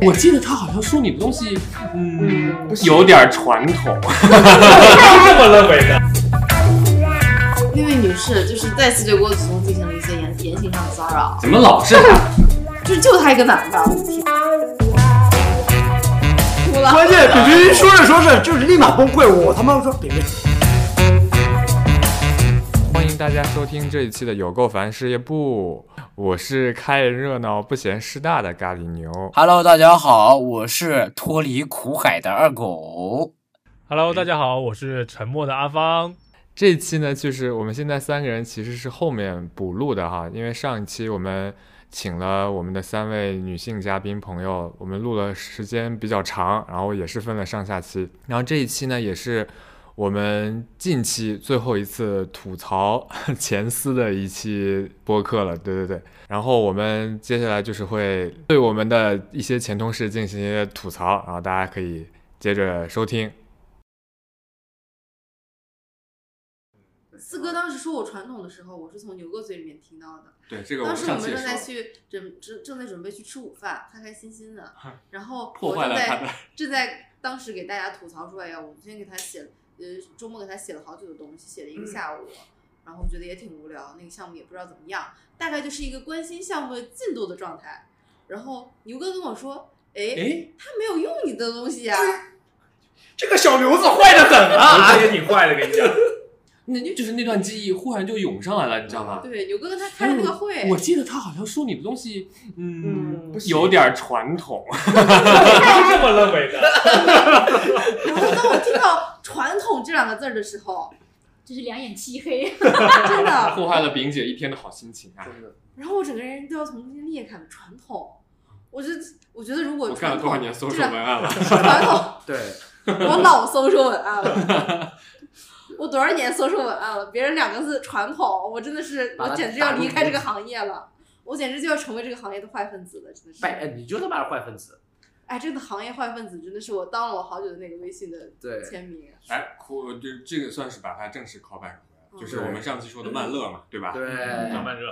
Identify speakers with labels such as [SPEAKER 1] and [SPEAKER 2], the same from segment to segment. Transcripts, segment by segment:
[SPEAKER 1] 我记得他好像说你的东西，嗯，
[SPEAKER 2] 不行
[SPEAKER 1] 有点传统。
[SPEAKER 3] 这么认为的。
[SPEAKER 2] 那位女士就是再次对郭子松进行了一些言言行上的骚扰，
[SPEAKER 1] 怎么老是 他？
[SPEAKER 2] 就就他一个男的，我的天，哭了。
[SPEAKER 4] 关键北冰说着说着就是立马崩溃，我他妈说北冰，
[SPEAKER 5] 欢迎大家收听这一期的有够烦事业部，我是开人热闹不嫌事大的咖喱牛。
[SPEAKER 6] Hello，大家好，我是脱离苦海的二狗。
[SPEAKER 3] Hello，大
[SPEAKER 7] 哎
[SPEAKER 3] 家好，我是沉默的阿芳。
[SPEAKER 5] 这一期呢，就是我们现在三个人其实是后面补录的哈，因为上一期我们请了我们的三位女性嘉宾朋友，我们录了时间比较长，然后也是分了上下期。然后这一期呢，也是我们近期最后一次吐槽前司的一期播客了，对对对。然后我们接下来就是会对我们的一些前同事进行一些吐槽，然后大家可以接着收听。
[SPEAKER 2] 四哥当时说我传统的时候，我是从牛哥嘴里面听到的。
[SPEAKER 1] 对，这个
[SPEAKER 2] 当时
[SPEAKER 1] 上
[SPEAKER 2] 我们
[SPEAKER 1] 次也
[SPEAKER 2] 正在
[SPEAKER 1] 说。
[SPEAKER 2] 去准正正在准备去吃午饭，开开心心的。然后
[SPEAKER 1] 啊破
[SPEAKER 2] 我
[SPEAKER 1] 坏
[SPEAKER 2] 正
[SPEAKER 1] 了他
[SPEAKER 2] 在
[SPEAKER 1] 的
[SPEAKER 2] 正在当时给大家吐槽说，哎呀，我们今天给他写了，呃，周末给他写了好久的东西，写了一个下午。然后我觉得也挺无聊，那个项目也不知道怎么样，大概就是一个关心项目的进度的状态。然后牛哥跟我说，哎
[SPEAKER 1] 哎，
[SPEAKER 2] 他没有用你的东西呀、
[SPEAKER 4] 这个小牛子坏的很啊！
[SPEAKER 3] 我也挺坏的，跟你讲。
[SPEAKER 1] 那就是那段记忆忽然就涌上来了，你知道吗？哎
[SPEAKER 2] 对，牛哥跟他开了那个会，
[SPEAKER 1] 啊哦我记得他好像说你的东西，嗯，
[SPEAKER 4] 不行
[SPEAKER 1] 有点传统。
[SPEAKER 3] 这么认为的。
[SPEAKER 2] 然后当我听到“传统”这两个字儿的时候，
[SPEAKER 8] 就是两眼漆黑。
[SPEAKER 2] 真 的，
[SPEAKER 1] 破坏了饼姐一天的好心情啊！
[SPEAKER 2] 然后我整个人都要从中间裂开了。传统，我就我觉得如果
[SPEAKER 1] 我看了多少年搜索
[SPEAKER 2] 这两
[SPEAKER 1] 文案了？
[SPEAKER 2] 传 统，
[SPEAKER 4] 对，
[SPEAKER 2] 我老搜说文案了，我多少年搜说文案了？别人两个字传统，我真的是
[SPEAKER 4] 把它
[SPEAKER 2] 我简直要离开这个行业了，我简直就要成为这个行业的坏分子了，真的
[SPEAKER 4] 拜，
[SPEAKER 2] 是。
[SPEAKER 4] 哎你就他妈是坏分子。
[SPEAKER 2] 哎，这个行业坏分子真的是我当了我好久的那个微信的
[SPEAKER 4] 对
[SPEAKER 2] 签名。
[SPEAKER 1] 哎，哭，这这个算是把它正式 call back 回来，
[SPEAKER 2] 嗯
[SPEAKER 1] 就是我们上期说的慢乐嘛，对吧？
[SPEAKER 4] 对
[SPEAKER 3] 张，曼热，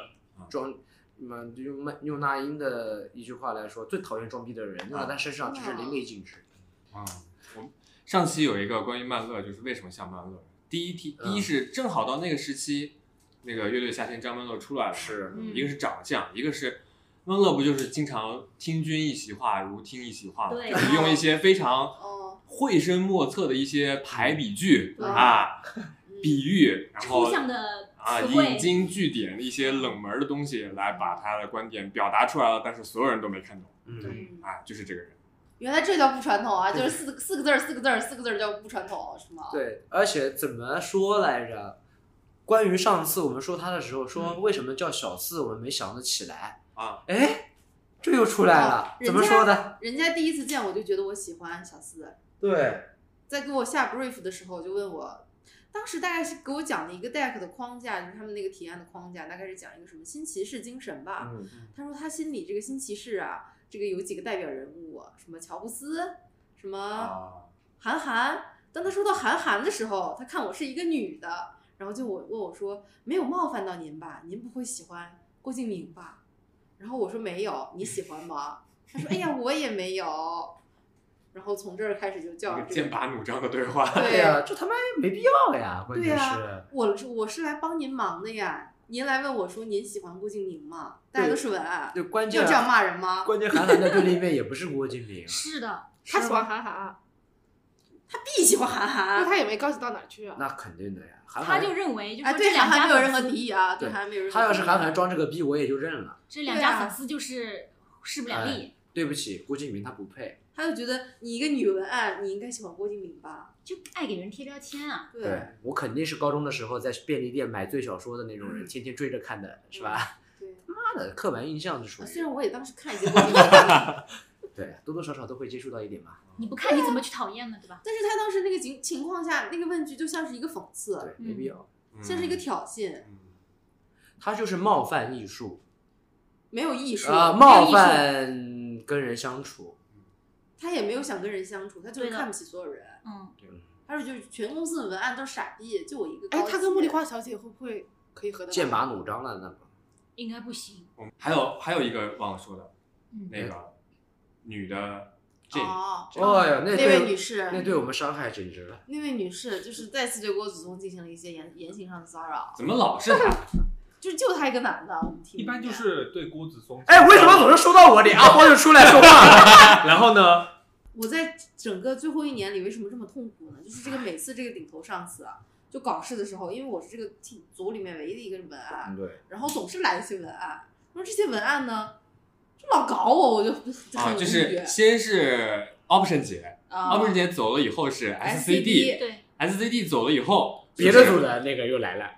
[SPEAKER 4] 装，你们用麦用那英的一句话来说，最讨厌装逼的人，用在他身上真是淋漓尽致。
[SPEAKER 1] 啊，我们上期有一个关于慢乐，就是为什么像慢乐。第一题，
[SPEAKER 4] 嗯
[SPEAKER 1] 第一是正好到那个时期，那个乐队夏天张曼乐出来了，
[SPEAKER 4] 是，
[SPEAKER 2] 嗯
[SPEAKER 1] 一个是长相，一个是曼乐不就是经常听君一席话如听一席话嘛，
[SPEAKER 8] 对
[SPEAKER 1] 就是用一些非常
[SPEAKER 2] 哦，
[SPEAKER 1] 绘声墨色的一些排比句
[SPEAKER 2] 对
[SPEAKER 1] 啊、
[SPEAKER 2] 嗯
[SPEAKER 1] 比喻，然后
[SPEAKER 8] 抽象的
[SPEAKER 1] 啊，
[SPEAKER 8] 词
[SPEAKER 1] 引
[SPEAKER 8] 汇，，
[SPEAKER 1] 经据典的一些冷门的东西来把他的观点表达出来了，但是所有人都没看懂
[SPEAKER 4] 嗯，
[SPEAKER 2] 嗯
[SPEAKER 1] 啊，就是这个人。
[SPEAKER 2] 原来这叫不传统啊，就是四个四个字儿，四个字儿，四个字儿叫不传统，是吗？
[SPEAKER 4] 对，而且怎么说来着？关于上次我们说他的时候，说为什么叫小四，我们没想得起来
[SPEAKER 1] 啊？
[SPEAKER 4] 哎，这又出来了
[SPEAKER 2] 哦，人
[SPEAKER 4] 怎么说的？
[SPEAKER 2] 人家第一次见我就觉得我喜欢小四，
[SPEAKER 4] 对，
[SPEAKER 2] 在给我下 brief 的时候就问我，当时大概是给我讲了一个 deck 的框架，就是他们那个提案的框架，大概是讲一个什么新骑士精神吧。
[SPEAKER 4] 嗯，
[SPEAKER 2] 他说他心里这个新骑士啊，这个有几个代表人物啊，什么乔布斯，什
[SPEAKER 4] 哦
[SPEAKER 2] 么
[SPEAKER 1] 啊，
[SPEAKER 2] 韩寒。当他说到韩寒的时候，他看我是一个女的，然后就我问我说，没有冒犯到您吧？您不会喜欢郭敬明吧？然后我说没有，你喜欢吗？他说哎呀，我也没有。然后从这儿开始就
[SPEAKER 1] 一
[SPEAKER 2] 叫
[SPEAKER 1] 个
[SPEAKER 2] 啊这
[SPEAKER 1] 剑
[SPEAKER 2] 个，
[SPEAKER 1] 拔弩张的对话。
[SPEAKER 2] 对
[SPEAKER 4] 对呀，这他妈没必要呀，关键
[SPEAKER 2] 对呀
[SPEAKER 4] 是。
[SPEAKER 2] 我是我是来帮您忙的呀。您来问我说您喜欢郭敬明吗？大家都是文案，
[SPEAKER 4] 就关键
[SPEAKER 2] 要这样骂人吗？
[SPEAKER 4] 关键韩寒的对立面也不是郭敬明啊
[SPEAKER 8] 是的，
[SPEAKER 9] 他喜欢韩寒啊，
[SPEAKER 2] 必喜欢韩
[SPEAKER 9] 那
[SPEAKER 2] 寒，
[SPEAKER 9] 他也没高级到哪儿去啊。
[SPEAKER 4] 那肯定的呀。韩
[SPEAKER 8] 他
[SPEAKER 4] 寒
[SPEAKER 8] 就认为就是
[SPEAKER 2] 哎，
[SPEAKER 8] 说这
[SPEAKER 2] 对韩
[SPEAKER 8] 两家
[SPEAKER 2] 寒没有任
[SPEAKER 8] 粉
[SPEAKER 2] 何
[SPEAKER 8] 丝
[SPEAKER 2] 敌意啊，对
[SPEAKER 4] 对
[SPEAKER 2] 韩寒没有任何。啊
[SPEAKER 4] 他要是韩寒，装这个逼，我也就认了。
[SPEAKER 8] 这两
[SPEAKER 2] 对
[SPEAKER 8] 家
[SPEAKER 2] 啊
[SPEAKER 8] 粉丝就是势不两立，
[SPEAKER 4] 对不起，郭敬明他不配。
[SPEAKER 2] 他就觉得你一个女文案，你应该喜欢郭敬明吧？
[SPEAKER 8] 就爱给人贴标签啊。
[SPEAKER 2] 对，
[SPEAKER 4] 对我肯定是高中的时候在便利店买最小说的那种人，天天追着看的，是 吧？
[SPEAKER 2] 对
[SPEAKER 4] 妈的，刻板印象嗯是属
[SPEAKER 2] 啊虽
[SPEAKER 4] 于
[SPEAKER 2] 然我也当时看一些郭敬明， 但
[SPEAKER 4] 对，多多少少都会接触到一点嘛。
[SPEAKER 8] 你不看你怎么去讨厌呢？对吧？
[SPEAKER 2] 是他当时那个情情况下，那个问句就像是一个讽刺，
[SPEAKER 4] 对，没必要。
[SPEAKER 2] 像是一个挑衅，
[SPEAKER 1] 嗯
[SPEAKER 4] 他就是冒犯艺术
[SPEAKER 2] 没有艺术，
[SPEAKER 4] 啊，冒犯跟人相处。
[SPEAKER 2] 他也没有想跟人相处，他就是
[SPEAKER 8] 对的
[SPEAKER 2] 看不起所有人，
[SPEAKER 4] 哎
[SPEAKER 8] 嗯，
[SPEAKER 2] 他说就是全公司的文案都是傻逼，就我一个高
[SPEAKER 9] 哎
[SPEAKER 2] 级。，
[SPEAKER 9] 他跟茉莉花小姐会不会可以合得来
[SPEAKER 4] 剑拔弩张了，那不
[SPEAKER 8] 应该不行。
[SPEAKER 1] 我们还有还有一个忘了说的，
[SPEAKER 8] 嗯
[SPEAKER 1] 那个女的 J，、
[SPEAKER 2] 哦，
[SPEAKER 4] 哦哟，那
[SPEAKER 2] 那
[SPEAKER 4] 对
[SPEAKER 2] 位女士，
[SPEAKER 4] 那对我们伤害简直了。
[SPEAKER 2] 那位女士就是再次对郭祖宗进行了一些言言行上的骚扰，
[SPEAKER 1] 怎么老是她？
[SPEAKER 2] 就是就他一个男的，我们听
[SPEAKER 3] 一般就是对郭子松。
[SPEAKER 4] 哎，为什么总是说到 我脸，阿荒就出来说话？
[SPEAKER 7] 啊
[SPEAKER 3] 然后呢？
[SPEAKER 2] 我在整个最后一年里为什么这么痛苦呢？就是这个每次这个顶头上司啊，就搞事的时候，因为我是这个 team 组里面唯一的一个文
[SPEAKER 1] 嗯
[SPEAKER 2] 案，
[SPEAKER 4] 对，
[SPEAKER 2] 然后总是来一些文案，那么这些文案呢，就老搞我，我就 就
[SPEAKER 1] 啊，
[SPEAKER 2] 很无
[SPEAKER 1] 就
[SPEAKER 2] 语
[SPEAKER 1] 是先是 option 姐、
[SPEAKER 2] 啊
[SPEAKER 1] o p t i o n 姐走了以后是 SCD，SCD
[SPEAKER 2] SCD
[SPEAKER 8] 对，
[SPEAKER 1] 走了以后
[SPEAKER 4] 别
[SPEAKER 1] 就
[SPEAKER 4] 的
[SPEAKER 1] 是
[SPEAKER 4] 组的那个又来了，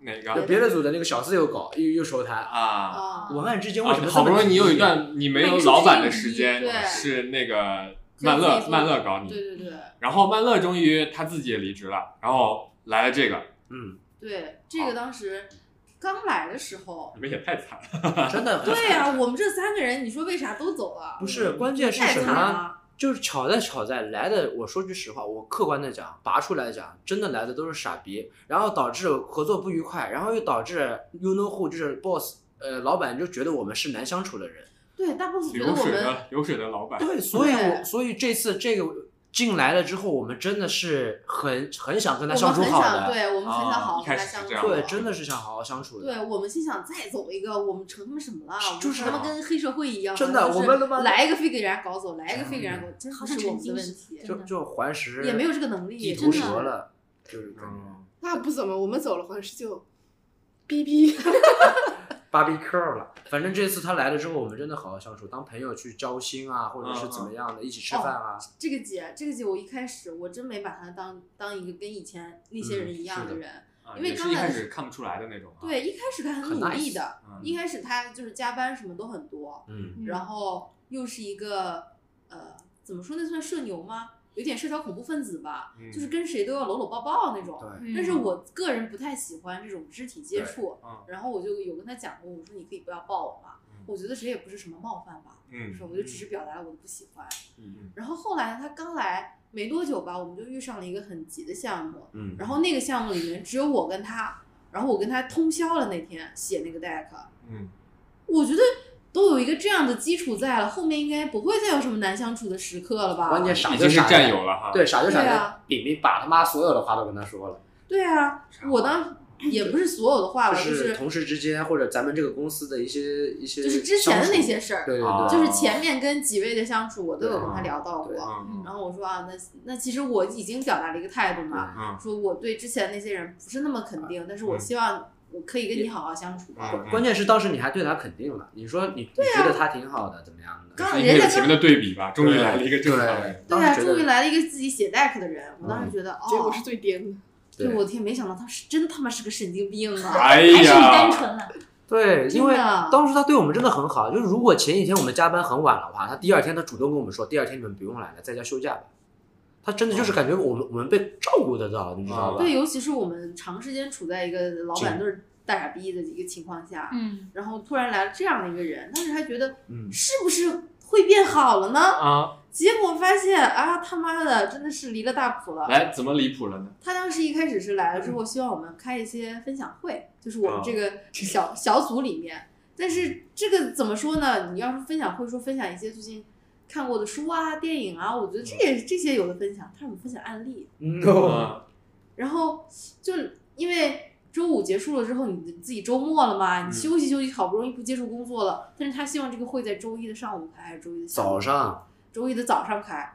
[SPEAKER 1] 哪
[SPEAKER 4] 就
[SPEAKER 1] 个
[SPEAKER 4] 别的组的那个小四又搞又又收他。
[SPEAKER 1] 啊？
[SPEAKER 2] 啊，
[SPEAKER 4] 文案之间为什
[SPEAKER 1] 啊，
[SPEAKER 4] 么这么
[SPEAKER 1] 好不容易你有一
[SPEAKER 4] 急
[SPEAKER 1] 段你没有
[SPEAKER 8] 每周
[SPEAKER 1] 老板的
[SPEAKER 8] 是一
[SPEAKER 1] 时间，
[SPEAKER 2] 对
[SPEAKER 1] 是那个
[SPEAKER 2] 就
[SPEAKER 1] 曼
[SPEAKER 2] 自己
[SPEAKER 1] 乐
[SPEAKER 2] 做
[SPEAKER 1] 曼乐搞你，
[SPEAKER 2] 对对对
[SPEAKER 1] 然后曼乐终于他自己也离职了，然后来了这个，
[SPEAKER 4] 嗯，
[SPEAKER 2] 对，这个当时刚来的时候，
[SPEAKER 1] 你们也太惨了。
[SPEAKER 4] 真的很
[SPEAKER 2] 对呀、我们这三个人，你说为啥都走了？
[SPEAKER 4] 不是，关键是
[SPEAKER 2] 太
[SPEAKER 4] 什
[SPEAKER 2] 惨
[SPEAKER 4] 么呢？
[SPEAKER 2] 了，
[SPEAKER 4] 就是巧在巧在来的，我说句实话，我客观的讲，拔出来讲，真的来的都是傻逼，然后导致合作不愉快，然后又导致 you know who 就是 boss，呃，老板就觉得我们是难相处的人。
[SPEAKER 2] 对，大 boss 觉得
[SPEAKER 1] 流
[SPEAKER 2] 我
[SPEAKER 1] 水
[SPEAKER 2] 们
[SPEAKER 1] 的流水的老板，
[SPEAKER 4] 对，所以我
[SPEAKER 2] 对
[SPEAKER 4] 所以这次这个进来了之后，我们真的是很很想跟他
[SPEAKER 2] 我
[SPEAKER 4] 相
[SPEAKER 2] 们
[SPEAKER 4] 处
[SPEAKER 2] 很
[SPEAKER 4] 好
[SPEAKER 2] 想，
[SPEAKER 4] 的，
[SPEAKER 2] 对我们很想
[SPEAKER 1] 啊
[SPEAKER 2] 好好
[SPEAKER 1] 一开
[SPEAKER 2] 跟他
[SPEAKER 1] 始是
[SPEAKER 2] 相处
[SPEAKER 1] 这，样
[SPEAKER 4] 对，
[SPEAKER 1] 的啊
[SPEAKER 4] 真的是想好好相处的。
[SPEAKER 2] 对我们心想再走一个，我们成他妈什么了？我
[SPEAKER 4] 就
[SPEAKER 2] 们
[SPEAKER 4] 是啊
[SPEAKER 2] 他妈跟黑社会一样，啊
[SPEAKER 4] 真的
[SPEAKER 2] 就
[SPEAKER 4] 我
[SPEAKER 2] 是
[SPEAKER 4] 们他妈
[SPEAKER 2] 来一个非给人家搞走，来一个非给人家搞，真
[SPEAKER 8] 好
[SPEAKER 2] 不
[SPEAKER 8] 像
[SPEAKER 2] 是我
[SPEAKER 8] 沉
[SPEAKER 2] 们的
[SPEAKER 8] 浸
[SPEAKER 2] 问
[SPEAKER 8] 式
[SPEAKER 2] 题，
[SPEAKER 4] 就就环食
[SPEAKER 2] 也没有这个能力，
[SPEAKER 4] 地
[SPEAKER 2] 真
[SPEAKER 4] 图
[SPEAKER 2] 的
[SPEAKER 4] 折了，就是
[SPEAKER 1] 嗯
[SPEAKER 4] 感觉
[SPEAKER 9] 那不怎么，我们走了，环视就逼逼。
[SPEAKER 4] 芭比 Q 了。反正这次他来了之后，我们真的好好相处，当朋友去交心啊，或者是怎么样的，一起吃饭啊。
[SPEAKER 2] 这个姐，这个姐，我一开始我真没把她当当一个跟以前那些人一样
[SPEAKER 4] 嗯是的
[SPEAKER 2] 人，
[SPEAKER 1] 啊
[SPEAKER 2] 因为
[SPEAKER 1] 也是
[SPEAKER 2] 刚
[SPEAKER 1] 一
[SPEAKER 2] 才
[SPEAKER 1] 开始看不出来的那种、啊。，
[SPEAKER 2] 对，一开始她很
[SPEAKER 4] 很
[SPEAKER 2] 努力的，
[SPEAKER 1] 嗯，
[SPEAKER 2] 一开始她就是加班什么都很多，
[SPEAKER 4] 嗯，
[SPEAKER 2] 然后又是一个呃，怎么说那算社牛吗？有点社交恐怖分子吧，
[SPEAKER 1] 嗯
[SPEAKER 2] 就是跟谁都要搂搂抱抱那种。
[SPEAKER 4] 对，
[SPEAKER 8] 嗯
[SPEAKER 2] 但是我个人不太喜欢这种肢体接触，
[SPEAKER 1] 嗯
[SPEAKER 2] 然后我就有跟他讲过，我说你可以不要抱我嘛，
[SPEAKER 1] 嗯
[SPEAKER 2] 我觉得谁也不是什么冒犯吧，
[SPEAKER 1] 嗯
[SPEAKER 2] 是吧我就只是表达了我的不喜欢。
[SPEAKER 1] 嗯嗯
[SPEAKER 2] 然后后来他刚来没多久吧，我们就遇上了一个很急的项目，
[SPEAKER 4] 嗯
[SPEAKER 2] 然后那个项目里面只有我跟他，然后我跟他通宵了那天写那个 deck，
[SPEAKER 1] 嗯，
[SPEAKER 2] 我觉得都有一个这样的基础在了，后面应该不会再有什么难相处的时刻了吧？
[SPEAKER 4] 关键傻
[SPEAKER 1] 已
[SPEAKER 4] 就
[SPEAKER 1] 经是
[SPEAKER 4] 傻在
[SPEAKER 1] 战友了哈。
[SPEAKER 4] 对，傻就傻
[SPEAKER 2] 对
[SPEAKER 4] 在
[SPEAKER 2] 啊
[SPEAKER 4] 饼饼把他妈所有的话都跟他说了，
[SPEAKER 2] 对啊，我当也不是所有的话
[SPEAKER 4] 就
[SPEAKER 2] 吧，啊就是
[SPEAKER 4] 是同事之间或者咱们这个公司的一些一些，
[SPEAKER 2] 就是之前的那，些事儿，
[SPEAKER 4] 对对
[SPEAKER 1] 啊
[SPEAKER 4] 对，
[SPEAKER 2] 就是前面跟几位的相处，我都有跟他聊到
[SPEAKER 4] 对
[SPEAKER 2] 过。
[SPEAKER 1] 嗯
[SPEAKER 2] 然后我说啊，那那其实我已经表达了一个态度嘛，
[SPEAKER 1] 嗯
[SPEAKER 2] 说我对之前那些人不是那么肯定，但是我希望我可以跟你好好相处吧。
[SPEAKER 1] 嗯
[SPEAKER 4] 关键是当时你还对他肯定了，你说你你觉得他挺好的，怎么样的？
[SPEAKER 2] 啊刚
[SPEAKER 1] 嗯，
[SPEAKER 2] 人
[SPEAKER 1] 有
[SPEAKER 2] 家
[SPEAKER 1] 前面的对比吧，终于来了一个正常的人。
[SPEAKER 4] 对，
[SPEAKER 2] 对
[SPEAKER 4] 当
[SPEAKER 2] 啊，
[SPEAKER 4] 时觉
[SPEAKER 2] 终于
[SPEAKER 4] 得
[SPEAKER 2] 来了一个自己写 deck 的人，我当时觉得、
[SPEAKER 9] 结果
[SPEAKER 2] 哦
[SPEAKER 9] 是，最颠的。
[SPEAKER 2] 对我天，没想到他是真他妈是个神经病啊！
[SPEAKER 1] 哎
[SPEAKER 8] 还是你
[SPEAKER 1] 呀，
[SPEAKER 8] 单纯了，
[SPEAKER 4] 对，因为
[SPEAKER 2] 真的
[SPEAKER 4] 当时他对我们真的很好，就是如果前一天我们加班很晚的话，他第二天他主动跟我们说，第二天你们不用来了，在家休假吧。他真的就是感觉我们我们被照顾得到，你知道
[SPEAKER 1] 啊
[SPEAKER 4] 吧？
[SPEAKER 2] 对，尤其是我们长时间处在一个老板都是大傻逼的一个情况下，
[SPEAKER 8] 嗯，
[SPEAKER 2] 然后突然来了这样的一个人，当时还觉得
[SPEAKER 4] 嗯
[SPEAKER 2] 是不是会变好了呢？
[SPEAKER 1] 啊，
[SPEAKER 2] 结果发现啊，他妈的，真的是离了大谱了。
[SPEAKER 1] 来怎嗯么离谱了呢？
[SPEAKER 2] 他当时一开始是来了之后，希望我们开一些分享会，就是
[SPEAKER 1] 啊
[SPEAKER 2] 我们这个小小组里面。但是这个怎么说呢？你要是分享会说分享一些最近看过的书啊、电影啊，我觉得这也这些有的分享，他让我们分享案例，
[SPEAKER 4] No，
[SPEAKER 1] 嗯
[SPEAKER 2] 然后就因为周五结束了之后，你自己周末了嘛，
[SPEAKER 1] 嗯
[SPEAKER 2] 你休息休息，好不容易不接触工作了，但是他希望这个会在周一的上午开，还是周一的下午
[SPEAKER 4] 早？上，
[SPEAKER 2] 周一的早上开，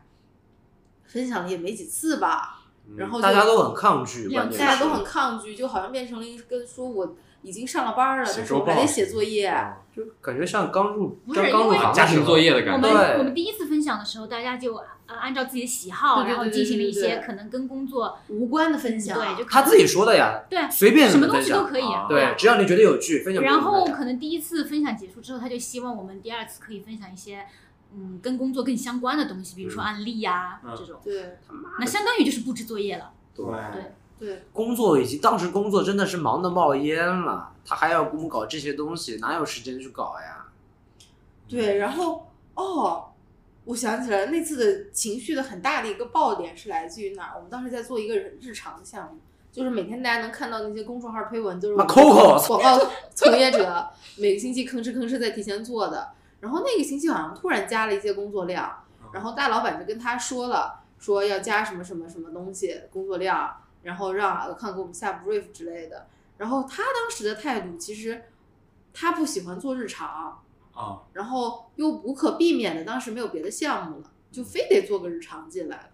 [SPEAKER 2] 分享了也没几次吧，
[SPEAKER 1] 嗯
[SPEAKER 2] 然后就
[SPEAKER 4] 大家都很抗拒，
[SPEAKER 8] 两
[SPEAKER 4] 关
[SPEAKER 2] 大
[SPEAKER 4] 键
[SPEAKER 2] 家
[SPEAKER 4] 是
[SPEAKER 2] 都很抗拒，就好像变成了一个说我已经上了班了，
[SPEAKER 1] 写
[SPEAKER 2] 但是我
[SPEAKER 1] 周报
[SPEAKER 2] 还得写作业，
[SPEAKER 4] 就感觉像刚入
[SPEAKER 8] 不是
[SPEAKER 4] 刚刚入
[SPEAKER 8] 因为
[SPEAKER 4] 行
[SPEAKER 1] 家啊庭作业的
[SPEAKER 8] 我
[SPEAKER 1] 感
[SPEAKER 8] 们
[SPEAKER 1] 觉。
[SPEAKER 4] 对
[SPEAKER 8] 我们第一次分享的时候，大家就呃按照自己的喜
[SPEAKER 2] 对
[SPEAKER 8] 好，
[SPEAKER 2] 对
[SPEAKER 8] 然后
[SPEAKER 2] 对对
[SPEAKER 8] 进行了一
[SPEAKER 2] 对
[SPEAKER 8] 些
[SPEAKER 2] 对
[SPEAKER 8] 可能跟工作
[SPEAKER 2] 无关的分享。
[SPEAKER 8] 嗯对，就
[SPEAKER 4] 他自己说的呀，
[SPEAKER 8] 对
[SPEAKER 4] 随便
[SPEAKER 8] 什么
[SPEAKER 4] 你
[SPEAKER 8] 东
[SPEAKER 4] 分
[SPEAKER 8] 西
[SPEAKER 4] 享
[SPEAKER 8] 都可以。
[SPEAKER 1] 啊
[SPEAKER 4] 对，只要你觉得有趣，分享给
[SPEAKER 8] 然
[SPEAKER 4] 我们大
[SPEAKER 8] 后
[SPEAKER 4] 家。
[SPEAKER 8] 可能第一次分享结束之后，他就希望我们第二次可以分享一些嗯跟工作更相关的东西，比如说案例呀、
[SPEAKER 1] 嗯
[SPEAKER 8] 这种。
[SPEAKER 2] 对
[SPEAKER 8] 那相当于就是布置作业了。
[SPEAKER 1] 对
[SPEAKER 2] 对，
[SPEAKER 4] 工作已经当时工作真的是忙得冒烟了，他还要给我们搞这些东西，哪有时间去搞呀？
[SPEAKER 2] 对，然后哦，我想起来那次的情绪的很大的一个爆点是来自于哪儿？我们当时在做一个日常的项目，就是每天大家能看到那些公众号推文，就是我
[SPEAKER 4] 妈
[SPEAKER 2] 们
[SPEAKER 4] Coco
[SPEAKER 2] 广告从业者每个星期吭哧吭哧在提前做的。然后那个星期好像突然加了一些工作量，然后大老板就跟他说了，说要加什么什么什么东西工作量，然后让尔康给我们下 brief 之类的。然后他当时的态度其实，他不喜欢做日常，
[SPEAKER 1] 啊，
[SPEAKER 2] 然后又无可避免的，当时没有别的项目了，就非得做个日常进来了。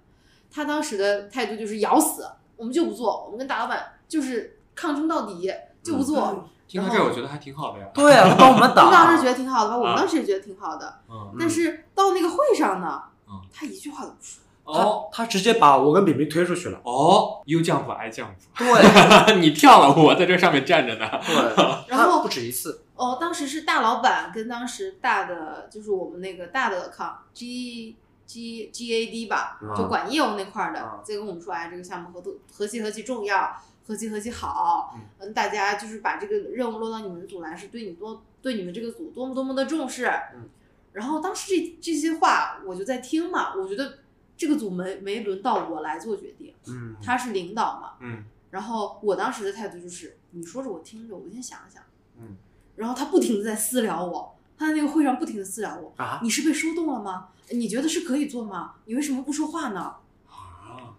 [SPEAKER 2] 他当时的态度就是咬死，我们就不做，我们跟大老板就是抗争到底，就不做。
[SPEAKER 1] 听到这儿我觉得还挺好的呀。
[SPEAKER 4] 对啊，帮我 们
[SPEAKER 2] 我当时觉。
[SPEAKER 4] 打
[SPEAKER 2] 得挺好的吧，我们
[SPEAKER 1] 啊
[SPEAKER 2] 当时也觉得挺好的。
[SPEAKER 1] 嗯，
[SPEAKER 2] 但是到那个会上呢，
[SPEAKER 1] 嗯
[SPEAKER 2] 他一句话都不说。
[SPEAKER 1] 哦
[SPEAKER 4] 他直接把我跟饼饼推出去了。
[SPEAKER 1] 哦，U jump I jump，
[SPEAKER 4] 对
[SPEAKER 1] 你跳了，我在这上面站着呢。
[SPEAKER 4] 对，
[SPEAKER 2] 然后
[SPEAKER 4] 他不止一次。
[SPEAKER 2] 哦，当时是大老板跟当时大的就是我们那个大的 account G G G A D 吧，
[SPEAKER 4] 啊
[SPEAKER 2] 就管业务那块儿的，在跟我们说，哎，这个项目合作何其何其重要，何其何其好，嗯，大家就是把这个任务落到你们组来，是对你多对你们这个组多么多么的重视。
[SPEAKER 4] 嗯，
[SPEAKER 2] 然后当时这这些话我就在听嘛，我觉得这个组没没轮到我来做决定，
[SPEAKER 4] 嗯
[SPEAKER 2] 他是领导嘛，
[SPEAKER 1] 嗯，
[SPEAKER 2] 然后我当时的态度就是，你说着我听着，我先想一想，
[SPEAKER 1] 嗯，
[SPEAKER 2] 然后他不停的在私聊我，他在那个会上不停的私聊我，
[SPEAKER 4] 啊，
[SPEAKER 2] 你是被说动了吗？你觉得是可以做吗？你为什么不说话呢？
[SPEAKER 1] 啊，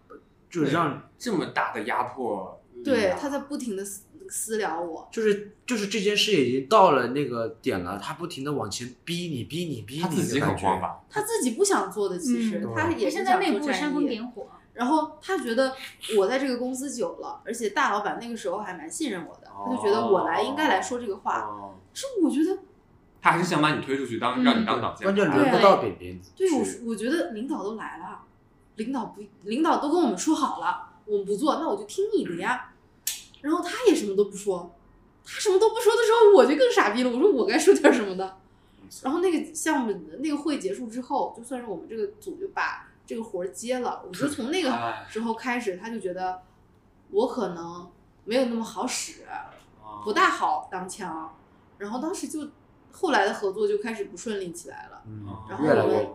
[SPEAKER 4] 就让
[SPEAKER 1] 这么大的压迫力啊，
[SPEAKER 2] 对，他在不停的私私聊我，
[SPEAKER 4] 就是就是这件事已经到了那个点了，他不停的往前逼你，逼你，逼你，
[SPEAKER 1] 他自己很慌？吧？
[SPEAKER 2] 他自己不想做的，其实、
[SPEAKER 4] 嗯
[SPEAKER 2] 他也
[SPEAKER 8] 他
[SPEAKER 2] 不
[SPEAKER 8] 现在
[SPEAKER 2] 想
[SPEAKER 8] 内
[SPEAKER 2] 做
[SPEAKER 8] 部煽
[SPEAKER 2] 战
[SPEAKER 8] 风
[SPEAKER 2] 役，
[SPEAKER 8] 点火，
[SPEAKER 2] 然后他觉得我在这个公司久了，而且大老板那个时候还蛮信任我的，他就觉得我来应该来说这个话，
[SPEAKER 1] 哦，
[SPEAKER 2] 是我觉得
[SPEAKER 1] 他还是想把你推出去当，
[SPEAKER 8] 嗯
[SPEAKER 1] 让你当挡箭牌。
[SPEAKER 4] 关键轮不到饼饼。
[SPEAKER 2] 对，我是我觉得领导都来了，领导不，领导都跟我们说好了，我们不做，那我就听你的呀。然后他也什么都不说，他什么都不说的时候，我就更傻逼了。我说我该说点什么呢？然后那个项目那个会结束之后，就算是我们这个组就把这个活儿接了。我觉得从那个
[SPEAKER 1] 哎
[SPEAKER 2] 时候开始，他就觉得我可能没有那么好使，
[SPEAKER 1] 啊
[SPEAKER 2] 不大好当枪。然后当时就后来的合作就开始不顺利起来了。
[SPEAKER 1] 哦
[SPEAKER 2] 然后
[SPEAKER 4] 嗯越来
[SPEAKER 2] 我
[SPEAKER 4] 越
[SPEAKER 2] 们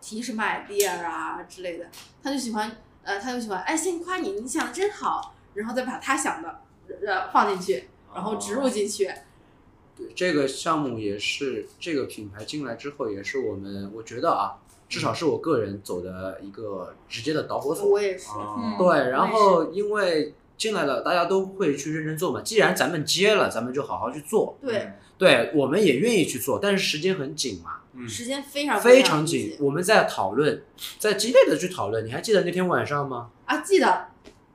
[SPEAKER 2] 提什么 idea 啊之类的，他就喜欢，呃，他就喜欢，哎，先夸你，你想的真好，然后再把他想的呃放进去，然后植
[SPEAKER 1] 哦
[SPEAKER 2] 入进去，
[SPEAKER 4] 对，这个项目也是这个品牌进来之后，也是我们我觉得啊，至少是我个人走的一个直接的导火索。
[SPEAKER 2] 我也是，
[SPEAKER 1] 哦
[SPEAKER 4] 对，然后因为进来了，大家都会去认真做嘛。既然咱们接了，咱们就好好去做。
[SPEAKER 2] 对，
[SPEAKER 4] 对，我们也愿意去做，但是时间很紧嘛，
[SPEAKER 1] 嗯
[SPEAKER 2] 时间非常
[SPEAKER 4] 非常紧
[SPEAKER 2] 紧。
[SPEAKER 4] 我们在讨论，在激烈的去讨论。你还记得那天晚上吗？
[SPEAKER 2] 啊！记得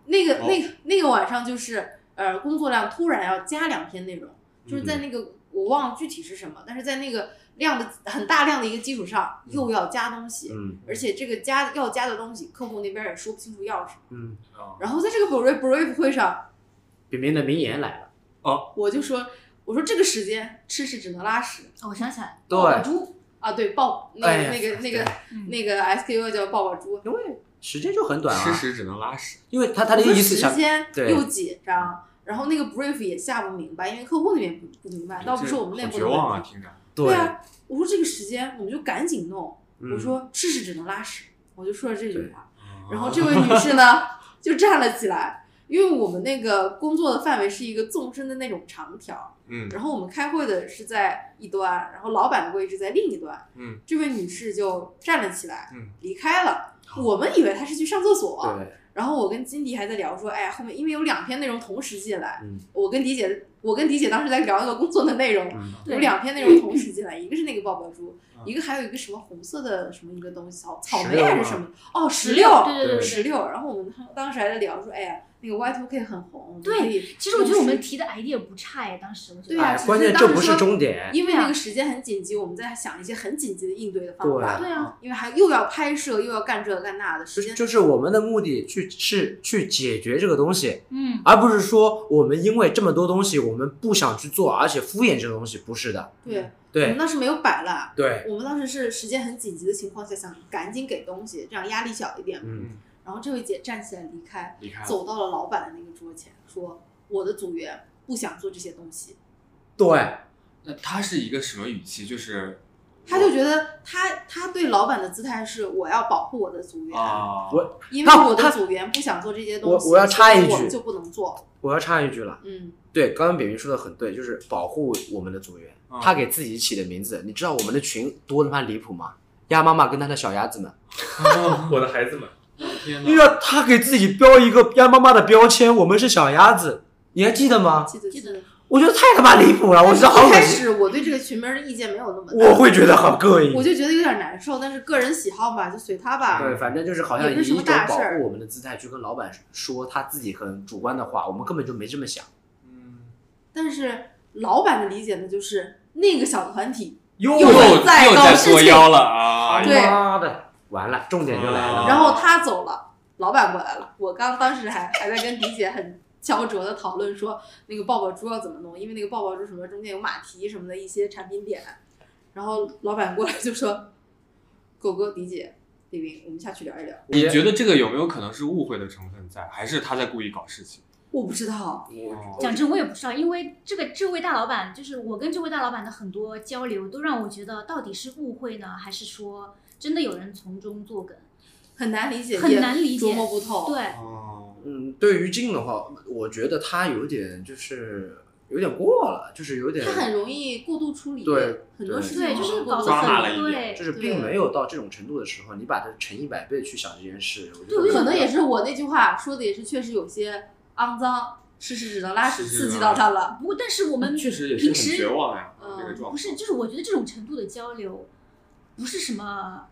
[SPEAKER 2] 那个、
[SPEAKER 1] 哦
[SPEAKER 2] 那个那个晚上就是，呃，工作量突然要加两篇内容，就是在那个、我忘了具体是什么，但是在那个量的很大量的一个基础上，又要加东西，
[SPEAKER 4] 嗯
[SPEAKER 2] 而且这个加要加的东西，客户那边也说不清楚要什么。
[SPEAKER 4] 嗯，
[SPEAKER 2] 然后在这个 brief brief 会上。
[SPEAKER 4] 饼饼的名言来
[SPEAKER 2] 哦
[SPEAKER 4] 了。
[SPEAKER 2] 我就说，我说这个时间吃屎只能拉屎，
[SPEAKER 8] 哦我想起来了，
[SPEAKER 4] 对
[SPEAKER 2] 抱抱猪啊，对抱那个、
[SPEAKER 4] 哎呀
[SPEAKER 2] 那个那个
[SPEAKER 8] 嗯
[SPEAKER 2] 那个 SKU 叫抱抱猪，
[SPEAKER 4] 因为时间就很短
[SPEAKER 1] 吃
[SPEAKER 4] 啊，
[SPEAKER 1] 屎只能拉屎。
[SPEAKER 4] 因为他他的意思
[SPEAKER 2] 我说
[SPEAKER 4] 想
[SPEAKER 2] 时间
[SPEAKER 4] 对
[SPEAKER 2] 又紧张，然后那个 brief 也下不明白，因为客户那边不不明啊白，倒不是我们内
[SPEAKER 1] 好
[SPEAKER 2] 部
[SPEAKER 1] 绝
[SPEAKER 2] 的
[SPEAKER 1] 望啊，
[SPEAKER 2] 问题。
[SPEAKER 1] 听着。
[SPEAKER 2] 对啊，我说这个时间我们就赶紧弄，
[SPEAKER 4] 嗯
[SPEAKER 2] 我说吃屎只能拉屎，我就说了这句话。
[SPEAKER 4] 哦
[SPEAKER 2] 然后这位女士呢就站了起来，因为我们那个工作的范围是一个纵深的那种长条，
[SPEAKER 1] 嗯
[SPEAKER 2] 然后我们开会的是在一端，然后老板的位置在另一端，
[SPEAKER 1] 嗯
[SPEAKER 2] 这位女士就站了起来，
[SPEAKER 1] 嗯
[SPEAKER 2] 离开了。我们以为她是去上厕所，
[SPEAKER 4] 对，
[SPEAKER 2] 然后我跟金迪还在聊说，哎呀，后面因为有两篇内容同时进来，
[SPEAKER 4] 嗯
[SPEAKER 2] 我跟迪姐，我跟迪姐当时在聊那个工作的内容，
[SPEAKER 4] 嗯
[SPEAKER 8] 对
[SPEAKER 2] 有两篇内容同时进来，一个是那个抱抱猪，
[SPEAKER 1] 嗯
[SPEAKER 2] 一个还有一个什么红色的什么一个东西，草草莓
[SPEAKER 4] 16
[SPEAKER 2] 还是
[SPEAKER 4] 吗
[SPEAKER 2] 什么？哦，石
[SPEAKER 8] 对对对对
[SPEAKER 2] 石榴。然后我们当时还在聊说，哎呀，那个 Y two K 很红，我们
[SPEAKER 8] 对
[SPEAKER 2] 可以
[SPEAKER 8] 其实我觉得我们
[SPEAKER 2] 同时
[SPEAKER 8] 提的 idea 不差哎，当时我觉得。
[SPEAKER 2] 对啊
[SPEAKER 4] 哎
[SPEAKER 2] 只是
[SPEAKER 4] 关键
[SPEAKER 2] 当时
[SPEAKER 4] 这不是
[SPEAKER 2] 说
[SPEAKER 4] 终点，
[SPEAKER 2] 因为
[SPEAKER 8] 啊
[SPEAKER 2] 那个时间很紧急，我们在想一些很紧急的应对的方法，
[SPEAKER 8] 对啊，
[SPEAKER 2] 因为还又要拍摄，又要干这干那的，
[SPEAKER 4] 就
[SPEAKER 2] 时
[SPEAKER 4] 是
[SPEAKER 2] 间
[SPEAKER 4] 就是我们的目的去是去解决这个东西，
[SPEAKER 8] 嗯，
[SPEAKER 4] 而不是说我们因为这么多东西我们不想去做，而且敷衍这个东西，不是的，
[SPEAKER 2] 对，我们
[SPEAKER 4] 对
[SPEAKER 2] 当时没有摆烂。
[SPEAKER 4] 对，
[SPEAKER 2] 我们当时是时间很紧急的情况下，想赶紧给东西，这样压力小一点。
[SPEAKER 4] 嗯啊
[SPEAKER 2] 然后这位姐站起来离开，
[SPEAKER 1] 离开了。
[SPEAKER 2] 走到了老板的那个桌前，说：“我的组员不想做这些东西。
[SPEAKER 4] 对，
[SPEAKER 1] 那他是一个什么语气？就是”
[SPEAKER 2] 他就觉得他他对老板的姿态是我要保护我的组员，
[SPEAKER 1] 啊，
[SPEAKER 4] 我
[SPEAKER 2] 因为
[SPEAKER 4] 那
[SPEAKER 2] 我的
[SPEAKER 4] 他
[SPEAKER 2] 组员不想做这些东西，
[SPEAKER 4] 我我要插一句
[SPEAKER 2] 所以我们就不能做。
[SPEAKER 4] 我要插一句了，
[SPEAKER 2] 嗯，
[SPEAKER 4] 对，刚刚扁平说的很对，就是保护我们的组员。
[SPEAKER 1] 嗯
[SPEAKER 4] 他给自己起的名字，你知道我们的群多他妈离谱吗？鸭妈妈跟他的小鸭子们，
[SPEAKER 3] 我的孩子们，
[SPEAKER 1] 天
[SPEAKER 4] 你知
[SPEAKER 1] 哪！
[SPEAKER 4] 道他给自己标一个鸭妈妈的标签，我们是小鸭子，你还记得吗？
[SPEAKER 2] 记得
[SPEAKER 8] 记得
[SPEAKER 4] 我觉得太他妈离谱了，啊我觉得好
[SPEAKER 2] 一
[SPEAKER 4] 恶
[SPEAKER 2] 开
[SPEAKER 4] 心，
[SPEAKER 2] 始我对这个群名儿的意见没有那么大，
[SPEAKER 4] 我会觉得好膈应
[SPEAKER 2] 我。就觉得有点难受，但是个人喜好吧，就随他吧。
[SPEAKER 4] 嗯对，反正就是好像
[SPEAKER 2] 也
[SPEAKER 4] 以
[SPEAKER 2] 不是什
[SPEAKER 4] 一
[SPEAKER 2] 么
[SPEAKER 4] 种
[SPEAKER 2] 大
[SPEAKER 4] 保
[SPEAKER 2] 事儿
[SPEAKER 4] 护我们的姿态去跟老板说他自己很主观的话，我们根本就没这么想。
[SPEAKER 1] 嗯
[SPEAKER 2] 但是老板的理解呢，就是那个小团体，
[SPEAKER 4] 又
[SPEAKER 2] 又
[SPEAKER 1] 又
[SPEAKER 2] 在
[SPEAKER 1] 又
[SPEAKER 2] 搞
[SPEAKER 1] 在
[SPEAKER 2] 事
[SPEAKER 1] 作
[SPEAKER 2] 情
[SPEAKER 1] 妖了啊！
[SPEAKER 2] 对
[SPEAKER 4] 妈的，完了，重点就来了。
[SPEAKER 1] 啊
[SPEAKER 2] 然后他走了，老板过来了。我刚当时还还在跟迪姐很焦灼的讨论说，那个抱抱猪要怎么弄，因为那个抱抱猪什么中间有马蹄什么的一些产品点。然后老板过来就说：“狗狗，迪姐，李云，我们下去聊一聊。
[SPEAKER 1] 你觉得这个有没有可能是误会的成分在，还是他在故意搞事情？”
[SPEAKER 2] 我不知道，
[SPEAKER 8] 讲真，我也不知道，因为这个这位大老板，就是我跟这位大老板的很多交流，都让我觉得到底是误会呢，还是说真的有人从中作梗？
[SPEAKER 2] 很难理解，
[SPEAKER 8] 很
[SPEAKER 2] 也
[SPEAKER 8] 难理解
[SPEAKER 2] 琢磨不透。
[SPEAKER 8] 对，
[SPEAKER 1] 哦，
[SPEAKER 4] 嗯，对于静的话，我觉得他有点就是有点过了，就是有点
[SPEAKER 2] 他很容易过度处理，
[SPEAKER 4] 对
[SPEAKER 2] 很多
[SPEAKER 4] 对
[SPEAKER 2] 事情
[SPEAKER 8] 对，就是搞得
[SPEAKER 1] 抓马了
[SPEAKER 8] 很
[SPEAKER 1] 一点
[SPEAKER 8] 对，
[SPEAKER 4] 就是并没有到这种程度的时候，你把它乘一百倍去想这件事，我觉
[SPEAKER 8] 对我
[SPEAKER 4] 得
[SPEAKER 2] 可能也是我那句话说的，也是确实有些肮脏，是屎只能拉屎，
[SPEAKER 1] 是是
[SPEAKER 2] 刺激
[SPEAKER 1] 啊
[SPEAKER 2] 到他了。
[SPEAKER 8] 不，但是我们
[SPEAKER 1] 确实也是
[SPEAKER 8] 平
[SPEAKER 1] 很
[SPEAKER 8] 时
[SPEAKER 1] 绝望呀，
[SPEAKER 2] 嗯
[SPEAKER 1] 这个状
[SPEAKER 8] 不
[SPEAKER 1] 态。
[SPEAKER 8] 是，就是我觉得这种程度的交流，不是什么，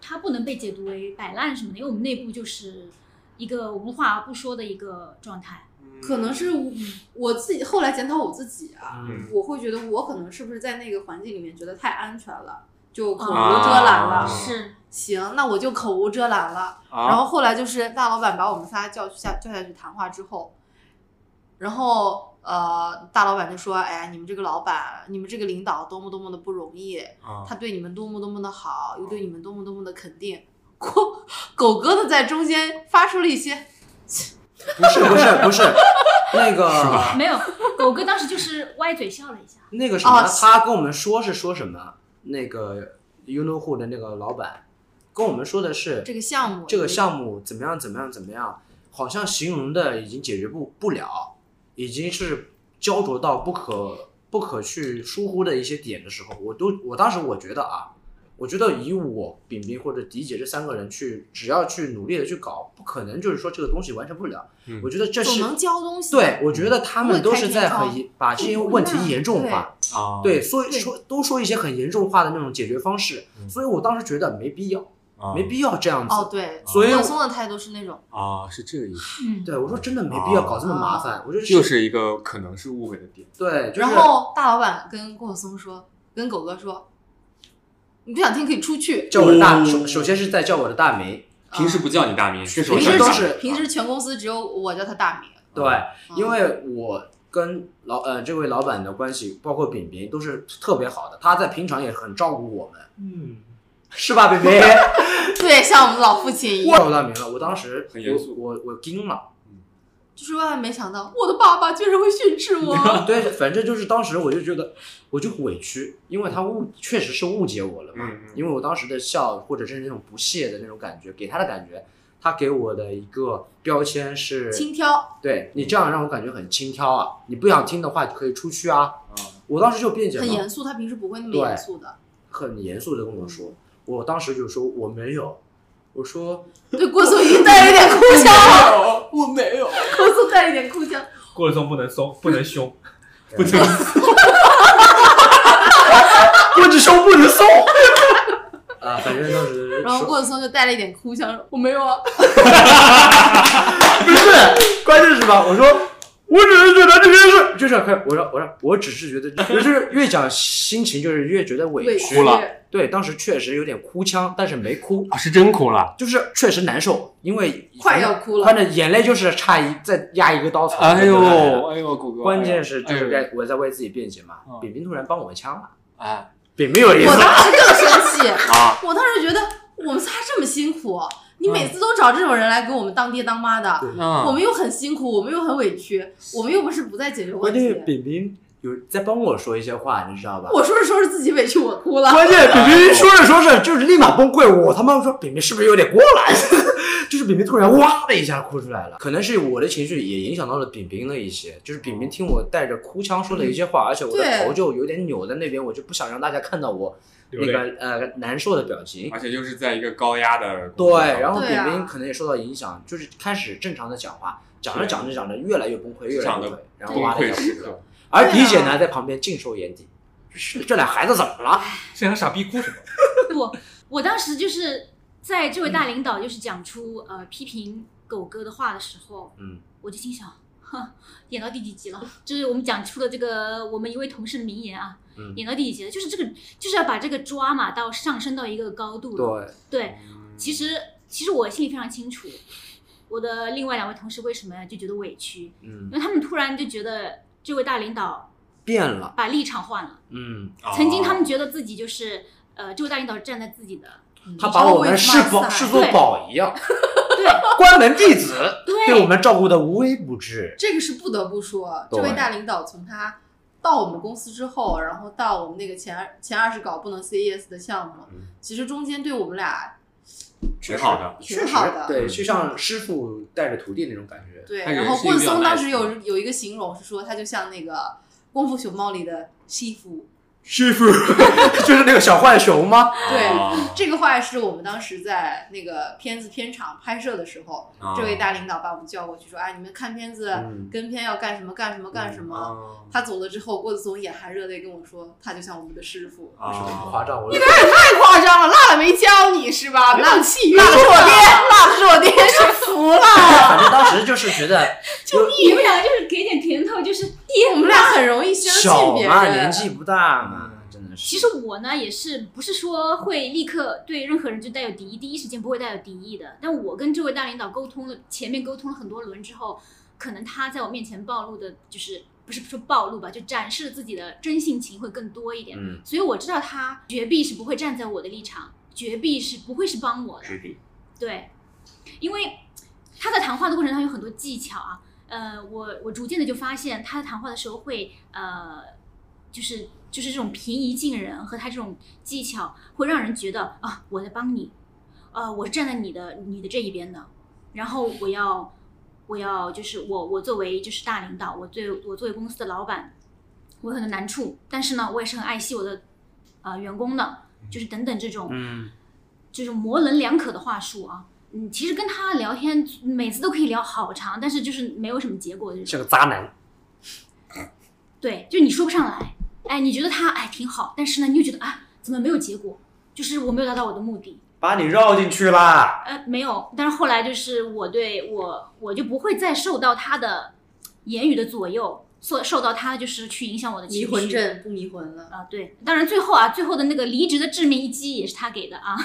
[SPEAKER 8] 它不能被解读为摆烂什么的，因为我们内部就是一个无话不说的一个状态。
[SPEAKER 2] 可能是我我自己后来检讨我自己啊，
[SPEAKER 1] 嗯
[SPEAKER 2] 我会觉得我可能是不是在那个环境里面觉得太安全了，就口无遮
[SPEAKER 1] 啊
[SPEAKER 2] 拦了。
[SPEAKER 1] 啊
[SPEAKER 8] 是，
[SPEAKER 2] 行，那我就口无遮拦了。然
[SPEAKER 1] 啊，
[SPEAKER 2] 后后来就是大老板把我们仨叫去下叫下去谈话之后，然后呃，大老板就说：“哎呀，你们这个老板，你们这个领导多么多么的不容易，
[SPEAKER 1] 啊
[SPEAKER 2] 他对你们多么多么的好，
[SPEAKER 4] 啊
[SPEAKER 2] 又对你们多么多么的肯定。”狗狗哥呢，在中间发出了一些
[SPEAKER 4] 不是不是 不是那个
[SPEAKER 8] 没有，狗哥当时就是歪嘴笑了一下。
[SPEAKER 4] 那个什么，
[SPEAKER 2] 哦
[SPEAKER 4] 他跟我们说是说什么？那个 You Know Who 的那个老板跟我们说的是
[SPEAKER 2] 这个项目，
[SPEAKER 4] 这个项目怎么样怎么样怎么样，好像形容的已经解决不不了，已经是焦灼到不可不可去疏忽的一些点的时候，我都我当时我觉得啊，我觉得以我饼饼或者迪姐这三个人去，只要去努力的去搞，不可能就是说这个东西完成不了。
[SPEAKER 1] 嗯
[SPEAKER 4] 我觉得这
[SPEAKER 2] 总
[SPEAKER 4] 是
[SPEAKER 2] 能教东西。
[SPEAKER 4] 对，我觉得他们都是
[SPEAKER 2] 不会
[SPEAKER 4] 在
[SPEAKER 2] 开
[SPEAKER 4] 很严把这些问题严重化。
[SPEAKER 1] 啊，
[SPEAKER 4] 对，所以
[SPEAKER 2] 嗯对
[SPEAKER 4] 说都说一些很严重化的那种解决方式，
[SPEAKER 1] 嗯
[SPEAKER 4] 所以我当时觉得没必要，
[SPEAKER 1] 啊
[SPEAKER 4] 没必要这样子。
[SPEAKER 2] 哦，对，
[SPEAKER 4] 所以
[SPEAKER 2] 放
[SPEAKER 4] 啊我
[SPEAKER 2] 松的态度是那种，
[SPEAKER 1] 啊，是这个意思，
[SPEAKER 8] 嗯，
[SPEAKER 4] 对，我说真的没必要
[SPEAKER 2] 哦
[SPEAKER 4] 搞这么麻烦，我觉得
[SPEAKER 1] 又是一个可能是误会的点。
[SPEAKER 4] 对，就是、
[SPEAKER 2] 然后大老板跟郭晓松说，跟狗哥说，你不想听可以出去。
[SPEAKER 4] 叫我的
[SPEAKER 2] 嗯
[SPEAKER 4] 大，
[SPEAKER 1] 哦
[SPEAKER 4] 首首先是在叫我的大名，
[SPEAKER 2] 啊
[SPEAKER 1] 平时不叫你大名，这
[SPEAKER 4] 平
[SPEAKER 1] 我
[SPEAKER 2] 平
[SPEAKER 1] 想
[SPEAKER 2] 时
[SPEAKER 4] 时都
[SPEAKER 1] 到
[SPEAKER 4] 是
[SPEAKER 1] 的
[SPEAKER 2] 平时全公司只有我叫他大名，
[SPEAKER 4] 对，
[SPEAKER 2] 嗯
[SPEAKER 4] 因为我跟老呃这位老板的关系，包括饼饼都是特别好的，他在平常也很照顾我们，
[SPEAKER 3] 嗯，
[SPEAKER 4] 是吧，饼 饼？
[SPEAKER 2] 对，像我们老父亲一
[SPEAKER 4] 我
[SPEAKER 2] 样，
[SPEAKER 4] 叫我大名了，我当时
[SPEAKER 1] 很严肃
[SPEAKER 4] 我我我惊 了，
[SPEAKER 2] 就是万万没想到，我的爸爸居然会训斥我。
[SPEAKER 4] 对，反正就是当时我就觉得我就委屈，因为他误确实是误解我了嘛，
[SPEAKER 1] 嗯嗯
[SPEAKER 4] 因为我当时的笑或者是那种不屑的那种感觉，给他的感觉，他给我的一个标签是
[SPEAKER 2] 轻佻，
[SPEAKER 4] 对你这样让我感觉很轻佻啊！你不想听的话，可以出去啊！
[SPEAKER 1] 啊
[SPEAKER 4] 我当时就辩解
[SPEAKER 2] 很
[SPEAKER 4] 了，
[SPEAKER 2] 严肃，他平时不会那么
[SPEAKER 4] 对
[SPEAKER 2] 严肃的。
[SPEAKER 4] 很严肃的跟我说，我当时就说我没有，我说
[SPEAKER 2] 对，郭松已 经带了一点哭腔
[SPEAKER 4] 哦
[SPEAKER 2] 了。我没有，郭松带了一点哭腔。
[SPEAKER 3] 过了松不能 松，不能凶，
[SPEAKER 4] 不能不止收不能送 啊！反正当时
[SPEAKER 2] 然后
[SPEAKER 4] 说
[SPEAKER 2] 郭晓松就带了一点哭腔，说我没有啊。
[SPEAKER 4] 不是，关键是什么？我说，我只是觉得这件事就是可以，我说我说我只是觉得，就是越讲心情就是越觉得委屈。
[SPEAKER 2] 屈
[SPEAKER 1] 了
[SPEAKER 4] 对，当时确实有点哭腔，但是没哭，
[SPEAKER 1] 啊，是真哭了。
[SPEAKER 4] 就是确实难受，因为
[SPEAKER 2] 快要哭了
[SPEAKER 4] 反正眼泪就是差一再压一个刀槽。
[SPEAKER 1] 哎呦，哎呦，谷歌，
[SPEAKER 4] 关键是就是
[SPEAKER 1] 哎
[SPEAKER 4] 该我在为自己辩解嘛
[SPEAKER 1] 嗯。
[SPEAKER 4] 饼饼突然帮我一枪了，
[SPEAKER 1] 哎
[SPEAKER 4] 饼饼有意
[SPEAKER 2] 我
[SPEAKER 4] 思，啊
[SPEAKER 2] 当时更生气，
[SPEAKER 1] 啊，
[SPEAKER 2] 我当时觉得我们仨这么辛苦，你每
[SPEAKER 4] 嗯
[SPEAKER 2] 次都找这种人来给我们当爹当妈的，
[SPEAKER 1] 嗯
[SPEAKER 4] 啊
[SPEAKER 2] 我们又很辛苦，我们又很委屈，我们又不是不在解决
[SPEAKER 4] 关
[SPEAKER 2] 问
[SPEAKER 4] 键
[SPEAKER 2] 题
[SPEAKER 4] 是。饼饼有在帮我说一些话，你知道吧？
[SPEAKER 2] 我说着说着自己委屈我 哭了。
[SPEAKER 4] 关键饼饼说着说着就是立马崩溃，我他妈说饼饼是不是有点过了？ 就是饼饼突然哇的一下哭出来了，可能是我的情绪也影响到了饼饼的一些，就是饼饼听我带着哭腔说了一些话，而且我的
[SPEAKER 2] 对
[SPEAKER 4] 头就有点扭在那边，我就不想让大家看到我
[SPEAKER 3] 流
[SPEAKER 4] 那
[SPEAKER 3] 泪
[SPEAKER 4] 个呃难受的表情。
[SPEAKER 1] 而且又是在一个高压的工
[SPEAKER 4] 对
[SPEAKER 1] 作，
[SPEAKER 4] 然后饼
[SPEAKER 2] 对啊
[SPEAKER 4] 饼可能也受到影响，就是开始正常的讲话，讲着讲着讲着越来越崩溃，越来
[SPEAKER 1] 场
[SPEAKER 4] 越
[SPEAKER 1] 的
[SPEAKER 4] 崩溃，然后
[SPEAKER 1] 崩
[SPEAKER 4] 哇的一
[SPEAKER 1] 溃
[SPEAKER 4] 下
[SPEAKER 1] 时
[SPEAKER 4] 哭出来
[SPEAKER 1] 刻，
[SPEAKER 4] 而
[SPEAKER 2] 对
[SPEAKER 4] 迪
[SPEAKER 2] 啊
[SPEAKER 4] 姐呢在旁边尽收眼底，是这俩孩子怎么了？
[SPEAKER 3] 这俩傻逼哭什么？
[SPEAKER 8] 不，我当时就是在这位大领导就是讲出呃批评狗哥的话的时候，
[SPEAKER 4] 嗯，
[SPEAKER 8] 我就心想，哼，演到第几集了？就是我们讲出了这个我们一位同事的名言啊，
[SPEAKER 4] 嗯
[SPEAKER 8] 演到第几集了？就是这个就是要把这个抓马到上升到一个高度。
[SPEAKER 4] 对，嗯
[SPEAKER 8] 对，其实其实我心里非常清楚，我的另外两位同事为什么就觉得委屈，
[SPEAKER 4] 嗯
[SPEAKER 8] 因，为他们突然就觉得这位大领导
[SPEAKER 4] 变了，
[SPEAKER 8] 把立场换了，
[SPEAKER 4] 嗯。
[SPEAKER 8] 曾经他们觉得自己就是呃这位大领导站在自己的。
[SPEAKER 4] 他把我们视
[SPEAKER 2] 哇
[SPEAKER 4] 宝
[SPEAKER 2] 塞
[SPEAKER 4] 视作宝一样，
[SPEAKER 8] 对
[SPEAKER 4] 关门弟子，
[SPEAKER 8] 对
[SPEAKER 4] 对我们照顾的无微不至。
[SPEAKER 2] 这个是不得不说，
[SPEAKER 4] 对
[SPEAKER 2] 这位大领导从他到我们公司之后，然后到我们那个前前二十稿不能 CES 的项目
[SPEAKER 1] 嗯，
[SPEAKER 2] 其实中间对我们俩
[SPEAKER 1] 挺好的。
[SPEAKER 2] 挺好的。
[SPEAKER 4] 对，就像师傅带着徒弟那种感觉。
[SPEAKER 2] 对，
[SPEAKER 1] 他人
[SPEAKER 2] 然后
[SPEAKER 1] 是一
[SPEAKER 2] 棍
[SPEAKER 1] 个比较
[SPEAKER 2] 松当
[SPEAKER 1] nice
[SPEAKER 2] 时
[SPEAKER 1] 的
[SPEAKER 2] 有有一个形容是说，他就像那个《功夫熊猫》里的西服。
[SPEAKER 4] 师傅 就是那个小浣熊吗？
[SPEAKER 2] 对
[SPEAKER 1] 啊
[SPEAKER 2] 这个话是我们当时在那个片子片场拍摄的时候，
[SPEAKER 1] 啊
[SPEAKER 2] 这位大领导把我们叫过去说：“哎，你们看片子
[SPEAKER 4] 嗯
[SPEAKER 2] 跟片要干什么干什么干什么。
[SPEAKER 1] 啊
[SPEAKER 2] 他走了之后，郭子松眼含热泪跟我说：“他就像我们的师傅。
[SPEAKER 1] 啊
[SPEAKER 4] 是不是很 夸张？我就
[SPEAKER 9] 太夸张了，辣了没教你是
[SPEAKER 4] 哎
[SPEAKER 9] 吧？浪气运
[SPEAKER 2] 辣子是我
[SPEAKER 9] 了，
[SPEAKER 2] 爹，啊辣子是我爹，是服 了。
[SPEAKER 4] 反正当时就是觉得就
[SPEAKER 8] 你们两个就是给点甜头，就是
[SPEAKER 2] 我
[SPEAKER 8] 爹。
[SPEAKER 2] 们俩很容易相信
[SPEAKER 4] 小
[SPEAKER 2] 别
[SPEAKER 4] 嘛，
[SPEAKER 2] 人，
[SPEAKER 4] 年纪不大嘛，真的是。
[SPEAKER 8] 其实我呢也是不是说会立刻对任何人就带有敌意，第一时间不会带有敌意的。但我跟这位大领导沟通了，前面沟通了很多轮之后，可能他在我面前暴露的，就是不是说暴露吧，就展示自己的真性情会更多一点。
[SPEAKER 4] 嗯
[SPEAKER 8] 所以我知道他绝壁是不会站在我的立场，绝壁是不会是帮我的。
[SPEAKER 1] 是的
[SPEAKER 8] 对，因为他在谈话的过程中有很多技巧啊。呃，我我逐渐的就发现他在谈话的时候会呃，就是就是这种平易近人和他这种技巧，会让人觉得啊，我在帮你，呃，我站在你的你的这一边的，然后我要我要就是我我作为就是大领导，我作为我作为公司的老板，我有很多难处，但是呢，我也是很爱惜我的呃员工的，就是等等这种
[SPEAKER 4] 嗯，
[SPEAKER 8] 就是模棱两可的话术啊。嗯，其实跟他聊天，每次都可以聊好长，但是就是没有什么结果的这
[SPEAKER 4] 是
[SPEAKER 8] 种。
[SPEAKER 4] 个渣男。
[SPEAKER 8] 对，就你说不上来，哎，你觉得他哎挺好，但是呢，你又觉得啊怎么没有结果？就是我没有达到我的目的，
[SPEAKER 4] 把你绕进去啦！
[SPEAKER 8] 呃，没有。但是后来就是我对我我就不会再受到他的言语的左右，受受到他就是去影响我的情绪。
[SPEAKER 2] 迷魂阵不迷魂了。
[SPEAKER 8] 啊、对，当然最后啊，最后的那个离职的致命一击也是他给的啊。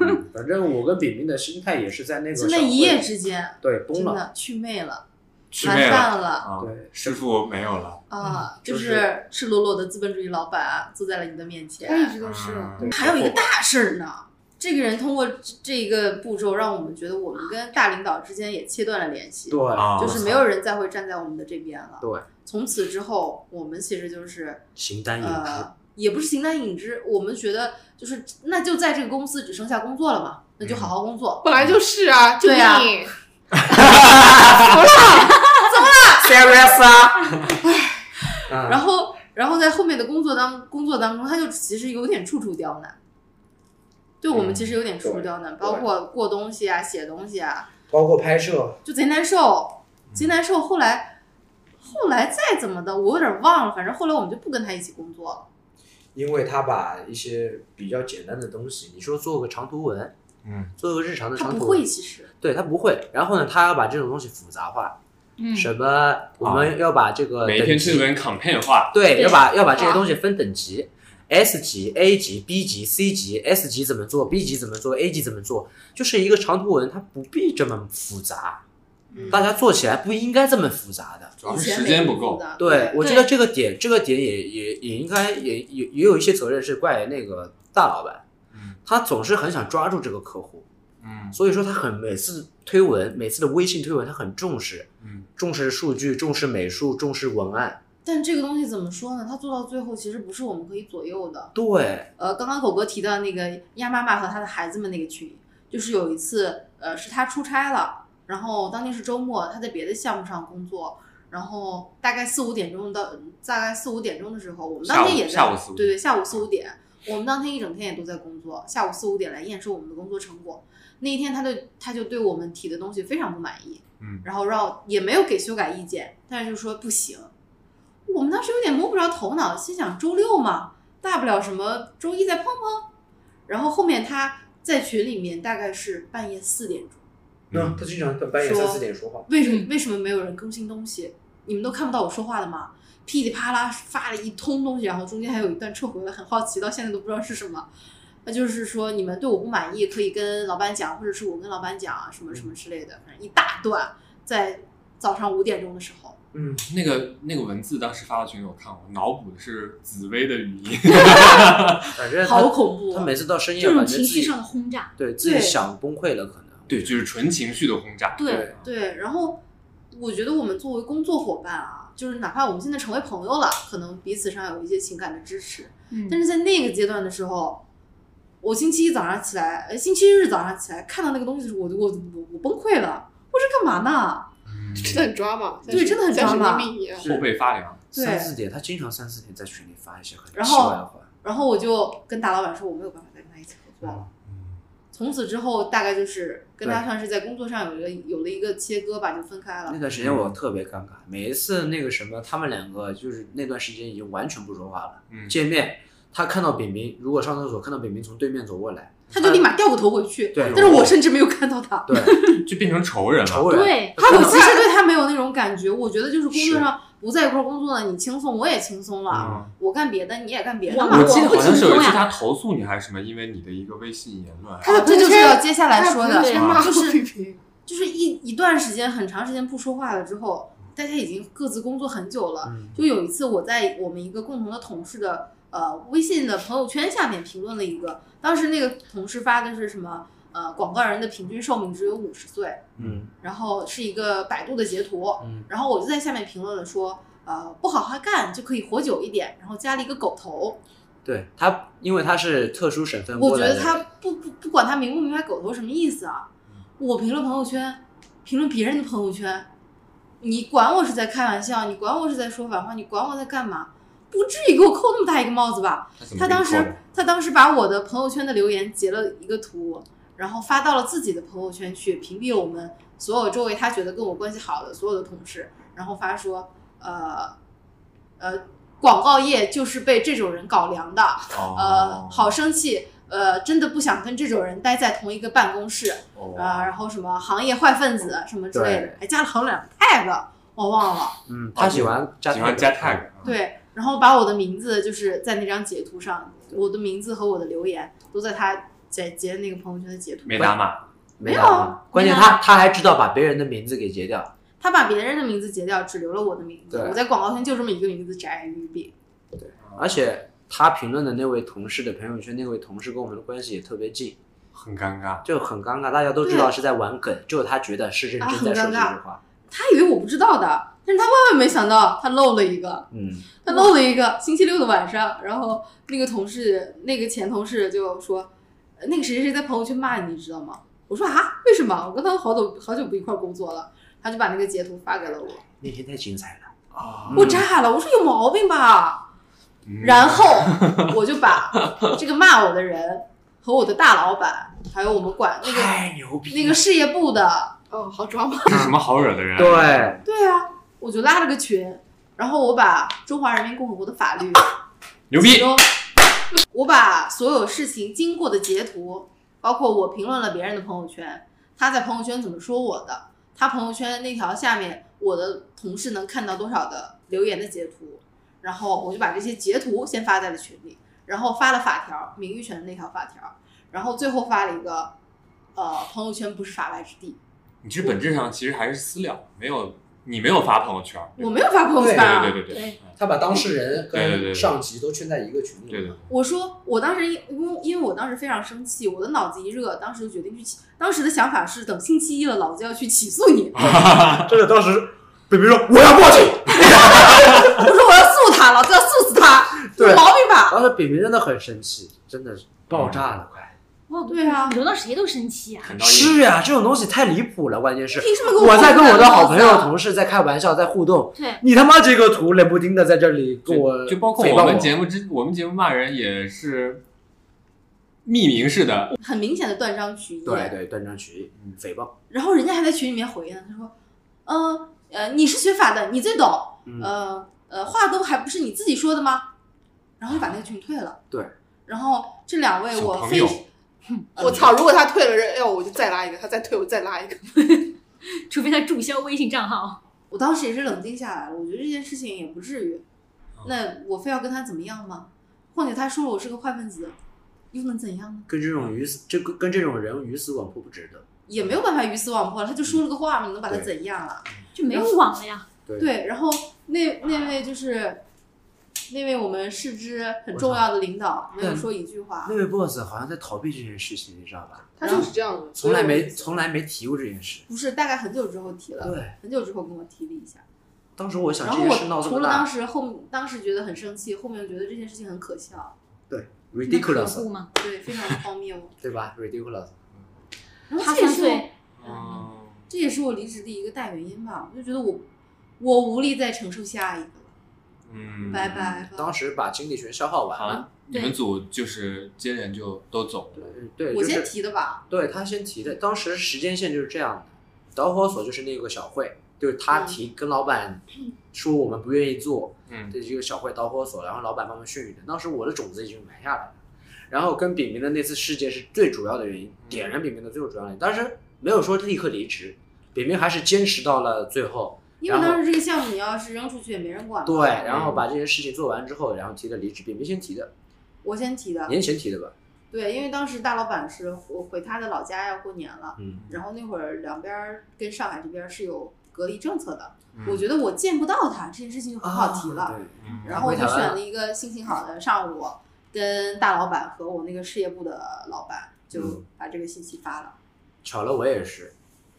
[SPEAKER 4] 嗯反正我跟饼饼的心态也是在那个
[SPEAKER 2] 就
[SPEAKER 4] 小
[SPEAKER 2] 那
[SPEAKER 4] 会
[SPEAKER 2] 一夜之间，
[SPEAKER 4] 对
[SPEAKER 2] 真
[SPEAKER 4] 崩了，
[SPEAKER 2] 的去魅了，
[SPEAKER 1] 去
[SPEAKER 2] 完
[SPEAKER 1] 魅了
[SPEAKER 2] 蛋了
[SPEAKER 1] 啊！
[SPEAKER 4] 对
[SPEAKER 1] 师傅没有了，
[SPEAKER 2] 啊！
[SPEAKER 4] 嗯就
[SPEAKER 2] 就是是赤裸裸的资本主义老板啊坐在了你的面
[SPEAKER 4] 哎
[SPEAKER 9] 我
[SPEAKER 2] 前。
[SPEAKER 9] 一直都是。
[SPEAKER 1] 嗯
[SPEAKER 2] 还有一个大事儿
[SPEAKER 4] 哦
[SPEAKER 2] 呢，这个人通过这这个步骤，让我们觉得我们跟大领导之间也切断了联系，
[SPEAKER 4] 对
[SPEAKER 1] 啊
[SPEAKER 2] 就是没有人再会站在我们的这边了。
[SPEAKER 4] 对，
[SPEAKER 2] 从此之后，我们其实就是
[SPEAKER 4] 形单影只。
[SPEAKER 2] 呃，也不是形单影只，我们觉得就是那就在这个公司只剩下工作了嘛，那
[SPEAKER 1] 嗯
[SPEAKER 2] 就好好工作。
[SPEAKER 9] 本来就是啊，就
[SPEAKER 2] 对啊
[SPEAKER 9] 你，
[SPEAKER 4] serious 啊！ 嗯
[SPEAKER 2] 然后，然后在后面的工作当工作当中，他就其实有点处处刁难，对我
[SPEAKER 1] 嗯
[SPEAKER 2] 们其实有点处处刁难，包括过东西啊、写东西啊，
[SPEAKER 4] 包括拍摄，
[SPEAKER 2] 就贼难
[SPEAKER 1] 嗯
[SPEAKER 2] 受，贼难受。后来，后来再怎么的，我有点忘了，反正后来我们就不跟他一起工作了。
[SPEAKER 4] 因为他把一些比较简单的东西，你说做个长图文，
[SPEAKER 1] 嗯，
[SPEAKER 4] 做个日常的
[SPEAKER 2] 他
[SPEAKER 4] 长
[SPEAKER 2] 不
[SPEAKER 4] 图
[SPEAKER 2] 会，
[SPEAKER 4] 文，
[SPEAKER 2] 其实
[SPEAKER 4] 对他不会。然后呢，他要把这种东西复杂化，
[SPEAKER 8] 嗯，
[SPEAKER 4] 什么我们要把这个
[SPEAKER 1] 每一篇
[SPEAKER 4] 等
[SPEAKER 1] 新
[SPEAKER 4] 级，
[SPEAKER 1] 闻 campaign 化，
[SPEAKER 4] 对，
[SPEAKER 8] 对啊
[SPEAKER 4] 要把要把这些东西分等级。S 级、A 级、B 级、C 级、S 级怎么做？B 级怎么做？A 级怎么做？就是一个长图文，它不必这么复杂，
[SPEAKER 2] 嗯
[SPEAKER 4] 大家做起来不应该这么复杂的。
[SPEAKER 1] 主要
[SPEAKER 2] 以
[SPEAKER 1] 是
[SPEAKER 2] 前
[SPEAKER 1] 哦时
[SPEAKER 2] 没
[SPEAKER 1] 间
[SPEAKER 2] 工
[SPEAKER 1] 不
[SPEAKER 2] 作
[SPEAKER 1] 够。
[SPEAKER 2] 的
[SPEAKER 4] 对，我觉
[SPEAKER 8] 对
[SPEAKER 4] 得这个点，这个点也也也应该也也也有一些责任是怪那个大老板
[SPEAKER 1] 嗯，
[SPEAKER 4] 他总是很想抓住这个客户，
[SPEAKER 1] 嗯
[SPEAKER 4] 所以说他很每次推文，每次的微信推文他很重视，
[SPEAKER 1] 嗯
[SPEAKER 4] 重视数据，重视美术，重视文案，
[SPEAKER 2] 但这个东西怎么说呢？它做到最后其实不是我们可以左右的。
[SPEAKER 4] 对，
[SPEAKER 2] 呃，刚刚狗哥提到那个鸭妈妈和她的孩子们那个群，就是有一次，呃，是他出差了，然后当天是周末，他在别的项目上工作，然后大概四五点钟到，大概四五点钟的时候，我们当天也在，
[SPEAKER 7] 下午下午四五点
[SPEAKER 2] 对对，下午四五点，我们当天一整天也都在工作，下午四五点来验收我们的工作成果。那一天，他对他就对我们提的东西非常不满意，
[SPEAKER 1] 嗯
[SPEAKER 2] 然后让也没有给修改意见，但是就说不行。我们当时有点摸不着头脑，心想周六嘛，大不了什么周一再碰碰。然后后面他在群里面大概是半夜四点钟，
[SPEAKER 1] 嗯
[SPEAKER 4] 啊
[SPEAKER 3] 那他经常在半夜
[SPEAKER 2] 说
[SPEAKER 3] 三四点说话，
[SPEAKER 2] 为什么为什么没有人更新东西？你们都看不到我说话的吗？噼里啪啦发了一通东西，然后中间还有一段撤回了，很好奇，到现在都不知道是什么。那就是说你们对我不满意，可以跟老板讲，或者是我跟老板讲啊，什么什么之类的，反正一大段，在早上五点钟的时候。
[SPEAKER 3] 嗯，
[SPEAKER 1] 那个那个文字当时发到群里，我看我脑补的是紫薇的语音，
[SPEAKER 4] 感觉他
[SPEAKER 2] 好恐怖啊
[SPEAKER 4] 他每次到深夜，
[SPEAKER 8] 这种
[SPEAKER 4] 感觉自
[SPEAKER 8] 情绪
[SPEAKER 4] 己
[SPEAKER 8] 上的轰炸，
[SPEAKER 4] 对自己想崩溃了，可能
[SPEAKER 1] 对，就是纯情绪的轰炸。
[SPEAKER 8] 对，
[SPEAKER 2] 对，然后我觉得我们作为工作伙伴啊，就是哪怕我们现在成为朋友了，可能彼此上有一些情感的支持，
[SPEAKER 8] 嗯
[SPEAKER 2] 但是在那个阶段的时候，我星期一早上起来，呃，星期日早上起来看到那个东西的时候，我我我我崩溃了，我这干嘛呢？
[SPEAKER 9] 真的很抓嘛，像
[SPEAKER 2] 对真的很
[SPEAKER 9] 像
[SPEAKER 2] drama
[SPEAKER 9] 神经病一样。
[SPEAKER 1] 后背发凉，
[SPEAKER 2] 对
[SPEAKER 4] 三四点，他经常三四点在群里发一些很
[SPEAKER 2] 然
[SPEAKER 4] 奇
[SPEAKER 2] 后
[SPEAKER 4] 怪的话。
[SPEAKER 2] 然后我就跟大老板说，我没有办法再跟他一起合作了。从此之后，大概就是跟他算是在工作上有一个有了一个切割吧，就分开了
[SPEAKER 4] 那。段时间我特别尴尬，每一次那个什么，他们两个就是那段时间已经完全不说话了。
[SPEAKER 1] 嗯
[SPEAKER 4] 见面，他看到饼饼，如果上厕所看到饼饼从对面走过来，
[SPEAKER 2] 他就立马掉过头回去，
[SPEAKER 4] 对
[SPEAKER 2] 但是我甚至没有看到他。
[SPEAKER 4] 对，
[SPEAKER 1] 就变成仇人了。
[SPEAKER 4] 仇人，
[SPEAKER 8] 对
[SPEAKER 2] 他我其实对他没有那种感觉，我觉得就是工作
[SPEAKER 4] 是
[SPEAKER 2] 上不在一块儿工作了，你轻松，我也轻松了，
[SPEAKER 1] 嗯
[SPEAKER 2] 我干别的你也干别的
[SPEAKER 8] 我
[SPEAKER 2] 嘛。
[SPEAKER 1] 我记得好像是有一次
[SPEAKER 8] 我不轻松呀
[SPEAKER 1] 他投诉你还是什么，因为你的一个微信言论，啊
[SPEAKER 2] 他哦的这就是要接下来说的，啊
[SPEAKER 9] 他骂
[SPEAKER 2] 就
[SPEAKER 9] 过
[SPEAKER 2] 是
[SPEAKER 9] 批评，
[SPEAKER 2] 就是一一段时间很长时间不说话了之后，大家已经各自工作很久了。
[SPEAKER 4] 嗯
[SPEAKER 2] 就有一次我在我们一个共同的同事的呃微信的朋友圈下面评论了一个，当时那个同事发的是什么呃广告人的平均寿命只有五十岁，
[SPEAKER 4] 嗯
[SPEAKER 2] 然后是一个百度的截图，
[SPEAKER 4] 嗯，
[SPEAKER 2] 然后我就在下面评论了说，呃，不好好干就可以活久一点，然后加了一个狗头。
[SPEAKER 4] 对他，因为他是特殊省份
[SPEAKER 2] 我
[SPEAKER 4] 过
[SPEAKER 2] 觉
[SPEAKER 4] 来的
[SPEAKER 2] 得
[SPEAKER 4] 人，嗯
[SPEAKER 2] 他不不不管他明不明白狗头什么意思啊，我评论朋友圈，评论别人的朋友圈，你管我是在开玩笑，你管我是在说反话，你管我在干嘛？不至于给我扣那么大一个帽子吧？
[SPEAKER 1] 他怎么
[SPEAKER 2] 他
[SPEAKER 1] 给你
[SPEAKER 2] 当
[SPEAKER 1] 扣
[SPEAKER 2] 时
[SPEAKER 1] 嗯的？
[SPEAKER 2] 他当时把我的朋友圈的留言截了一个图，然后发到了自己的朋友圈去，屏蔽了我们所有周围他觉得跟我关系好的所有的同事，然后发说，呃，呃，广告业就是被这种人搞凉的，
[SPEAKER 1] 哦
[SPEAKER 2] 呃，好生气。呃，真的不想跟这种人待在同一个办公室
[SPEAKER 1] 哦
[SPEAKER 2] 啊、然后什么行业坏分子什么之类的
[SPEAKER 4] 对，
[SPEAKER 2] 还加了好两个 tag，我忘了。
[SPEAKER 4] 嗯，他喜欢加
[SPEAKER 1] 喜欢加 tag，
[SPEAKER 2] 对，然后把我的名字就是在那张截图上，我的名字和我的留言都在他截截那个朋友圈的截图。
[SPEAKER 1] 没打码，
[SPEAKER 4] 没
[SPEAKER 2] 没有啊
[SPEAKER 4] 打码关键
[SPEAKER 8] 没打
[SPEAKER 4] 他他还知道把别人的名字给截掉，
[SPEAKER 2] 他把别人的名字截掉，只留了我的名字。
[SPEAKER 4] 对
[SPEAKER 2] 我在广告圈就这么一个名字，宅女饼。哦
[SPEAKER 4] 而且他评论的那位同事的朋友圈，那位同事跟我们的关系也特别近，
[SPEAKER 1] 很尴尬。
[SPEAKER 4] 就很尴尬，大家都知道是在玩梗，只有他觉得是认
[SPEAKER 2] 啊
[SPEAKER 4] 真
[SPEAKER 2] 很
[SPEAKER 4] 在说
[SPEAKER 2] 尴
[SPEAKER 4] 这
[SPEAKER 2] 尬
[SPEAKER 4] 句话，
[SPEAKER 2] 他以为我不知道的，但是他万万没想到，他漏了一个，
[SPEAKER 4] 嗯，
[SPEAKER 2] 他漏了一个。星期六的晚上，然后那个同事，那个前同事就说，呃那个谁谁谁在朋友圈骂你，你知道吗？我说啊，为什么？我跟他好久好久不一块儿工作了，他就把那个截图发给了我。
[SPEAKER 4] 那天太精彩了。
[SPEAKER 1] 啊
[SPEAKER 2] 我炸了，我说有毛病吧。
[SPEAKER 1] 嗯
[SPEAKER 2] 然后我就把这个骂我的人和我的大老板，还有我们管那个
[SPEAKER 4] 牛逼
[SPEAKER 2] 那个事业部的，
[SPEAKER 9] 哦，好抓嘛，
[SPEAKER 1] 这是什么好惹的人？
[SPEAKER 4] 对，
[SPEAKER 2] 对啊，我就拉了个群，然后我把中华人民共和国的法律，
[SPEAKER 1] 牛逼
[SPEAKER 2] 其！中我把所有事情经过的截图，包括我评论了别人的朋友圈，他在朋友圈怎么说我的，他朋友圈那条下面我的同事能看到多少的留言的截图，然后我就把这些截图先发在了群里，然后发了法条，名誉权的那条法条，然后最后发了一个，呃，朋友圈不是法外之地，
[SPEAKER 1] 你这本质上其实还是私了，没有你没有发朋友圈，
[SPEAKER 2] 我没有发朋友圈啊，
[SPEAKER 1] 对对对对，
[SPEAKER 4] 他把当事人
[SPEAKER 1] 对对对对
[SPEAKER 4] 跟上级都圈在一个群里。
[SPEAKER 1] 对对对，
[SPEAKER 2] 我说，我当时因因为因为我当时非常生气，我的脑子一热，当时就决定去起。当时的想法是，等星期一了，老子要去 起诉你。
[SPEAKER 4] 真的，当时北北说我要报警，
[SPEAKER 2] 我说我要他，老子要素死他，
[SPEAKER 4] 对
[SPEAKER 2] 有毛病吧？
[SPEAKER 4] 当时饼饼真的很生气，真的是爆炸了，快！
[SPEAKER 8] 哇，
[SPEAKER 2] 对啊
[SPEAKER 8] 惹到谁都生气啊！
[SPEAKER 1] 很到
[SPEAKER 4] 是呀、这种东西太离谱了，关键是。
[SPEAKER 2] 凭什么给
[SPEAKER 4] 我在跟我的好朋友、
[SPEAKER 2] 同
[SPEAKER 4] 同事在开玩笑，在互动，
[SPEAKER 8] 对，
[SPEAKER 4] 你他妈这个图冷不丁的在这里跟我
[SPEAKER 1] 就就包括
[SPEAKER 4] 诽
[SPEAKER 1] 我
[SPEAKER 4] 谤
[SPEAKER 1] 们节目之，我们节目骂人也是匿名式的，
[SPEAKER 2] 很明显的断章取义。啊
[SPEAKER 4] 对对断章取义，嗯诽谤，
[SPEAKER 2] 然后人家还在群里面回呢，他说，嗯呃你是学法的，你最懂，
[SPEAKER 4] 嗯
[SPEAKER 2] 呃呃，话都还不是你自己说的吗？然后就把那个群退了。
[SPEAKER 4] 对。
[SPEAKER 2] 然后这两位
[SPEAKER 1] 小
[SPEAKER 2] 我
[SPEAKER 1] 朋
[SPEAKER 2] 非
[SPEAKER 1] 友
[SPEAKER 4] 嗯
[SPEAKER 9] 我操！如果他退了人，哎呦，我就再拉一个；他再退，我再拉一个。
[SPEAKER 8] 除非他注销微信账号。
[SPEAKER 2] 我当时也是冷静下来了，我觉得这件事情也不至于。
[SPEAKER 4] 啊
[SPEAKER 2] 那我非要跟他怎么样吗？况且他说了我是个坏分子，又能怎样呢？
[SPEAKER 4] 跟这种鱼死，这跟跟这种人鱼死网破不值得。
[SPEAKER 2] 也没有办法鱼死网破了，他就说了个话嘛，你能把他
[SPEAKER 4] 对
[SPEAKER 2] 怎样啊？
[SPEAKER 8] 就没有网了呀。
[SPEAKER 2] 对，然后那那位就是那位我们市支很重要的领导没有说一句话
[SPEAKER 4] 那，位 boss 好像在逃避这件事情，你知道吧？
[SPEAKER 9] 他就是这样的，
[SPEAKER 4] 嗯从来没从来没提过这件事。
[SPEAKER 2] 不是大概很久之后提了，
[SPEAKER 4] 对，
[SPEAKER 2] 很久之后跟我提了一下。
[SPEAKER 4] 当时我想
[SPEAKER 2] 然
[SPEAKER 4] 这
[SPEAKER 2] 后
[SPEAKER 4] 件事闹
[SPEAKER 2] 我
[SPEAKER 4] 这
[SPEAKER 2] 除
[SPEAKER 4] 么
[SPEAKER 2] 了当
[SPEAKER 4] 大
[SPEAKER 2] 时后面当时觉得很生气，后面觉得这件事情很可笑，
[SPEAKER 8] 那可
[SPEAKER 4] ，ridiculous，
[SPEAKER 8] 不嘛，
[SPEAKER 2] 对，非常的荒 谬。
[SPEAKER 4] 对吧？ridiculous，
[SPEAKER 2] 然后
[SPEAKER 8] 他
[SPEAKER 2] 这也
[SPEAKER 8] 犯
[SPEAKER 2] 是我
[SPEAKER 8] 罪，
[SPEAKER 1] 嗯，
[SPEAKER 2] 这也是我离职的一个大原因吧，我就觉得我我无力再承受下一个了，
[SPEAKER 1] 嗯
[SPEAKER 2] 拜。嗯拜吧。
[SPEAKER 4] 当时把精力全消耗完
[SPEAKER 1] 好
[SPEAKER 4] 了。
[SPEAKER 1] 像你们组就是接人就都走了，
[SPEAKER 4] 嗯对，
[SPEAKER 2] 我
[SPEAKER 4] 就
[SPEAKER 2] 先
[SPEAKER 4] 是
[SPEAKER 2] 提的吧，
[SPEAKER 4] 对他先提的，当时时间线就是这样的。导火索就是那个小慧，就是他提跟老板说我们不愿意做，
[SPEAKER 1] 嗯，
[SPEAKER 4] 这这个小慧导火索，然后老板帮忙训育的。当时我的种子已经埋下来了，然后跟饼饼的那次事件是最主要的原因，点燃饼饼的最主要的原因。当时没有说立刻离职，饼饼还是坚持到了最后，
[SPEAKER 2] 因为
[SPEAKER 4] 然后
[SPEAKER 2] 当时这个项目你要是扔出去也没人管嘛。
[SPEAKER 4] 对，然后把这些事情做完之后，然后提的离职，饼饼先提的，
[SPEAKER 2] 我先提的，
[SPEAKER 4] 年前提的吧，
[SPEAKER 2] 对，因为当时大老板是我回他的老家要过年了，
[SPEAKER 4] 嗯，
[SPEAKER 2] 然后那会儿两边儿跟上海这边儿是有隔离政策的，
[SPEAKER 1] 嗯
[SPEAKER 2] 我觉得我见不到他这件事情就很好提了。
[SPEAKER 4] 啊对
[SPEAKER 1] 嗯
[SPEAKER 2] 然后我就
[SPEAKER 4] 回台湾
[SPEAKER 2] 选
[SPEAKER 4] 了
[SPEAKER 2] 了一个心情好的上午，跟大老板和我那个事业部的老板就
[SPEAKER 4] 嗯
[SPEAKER 2] 把这个信息发了。
[SPEAKER 4] 巧了，我也是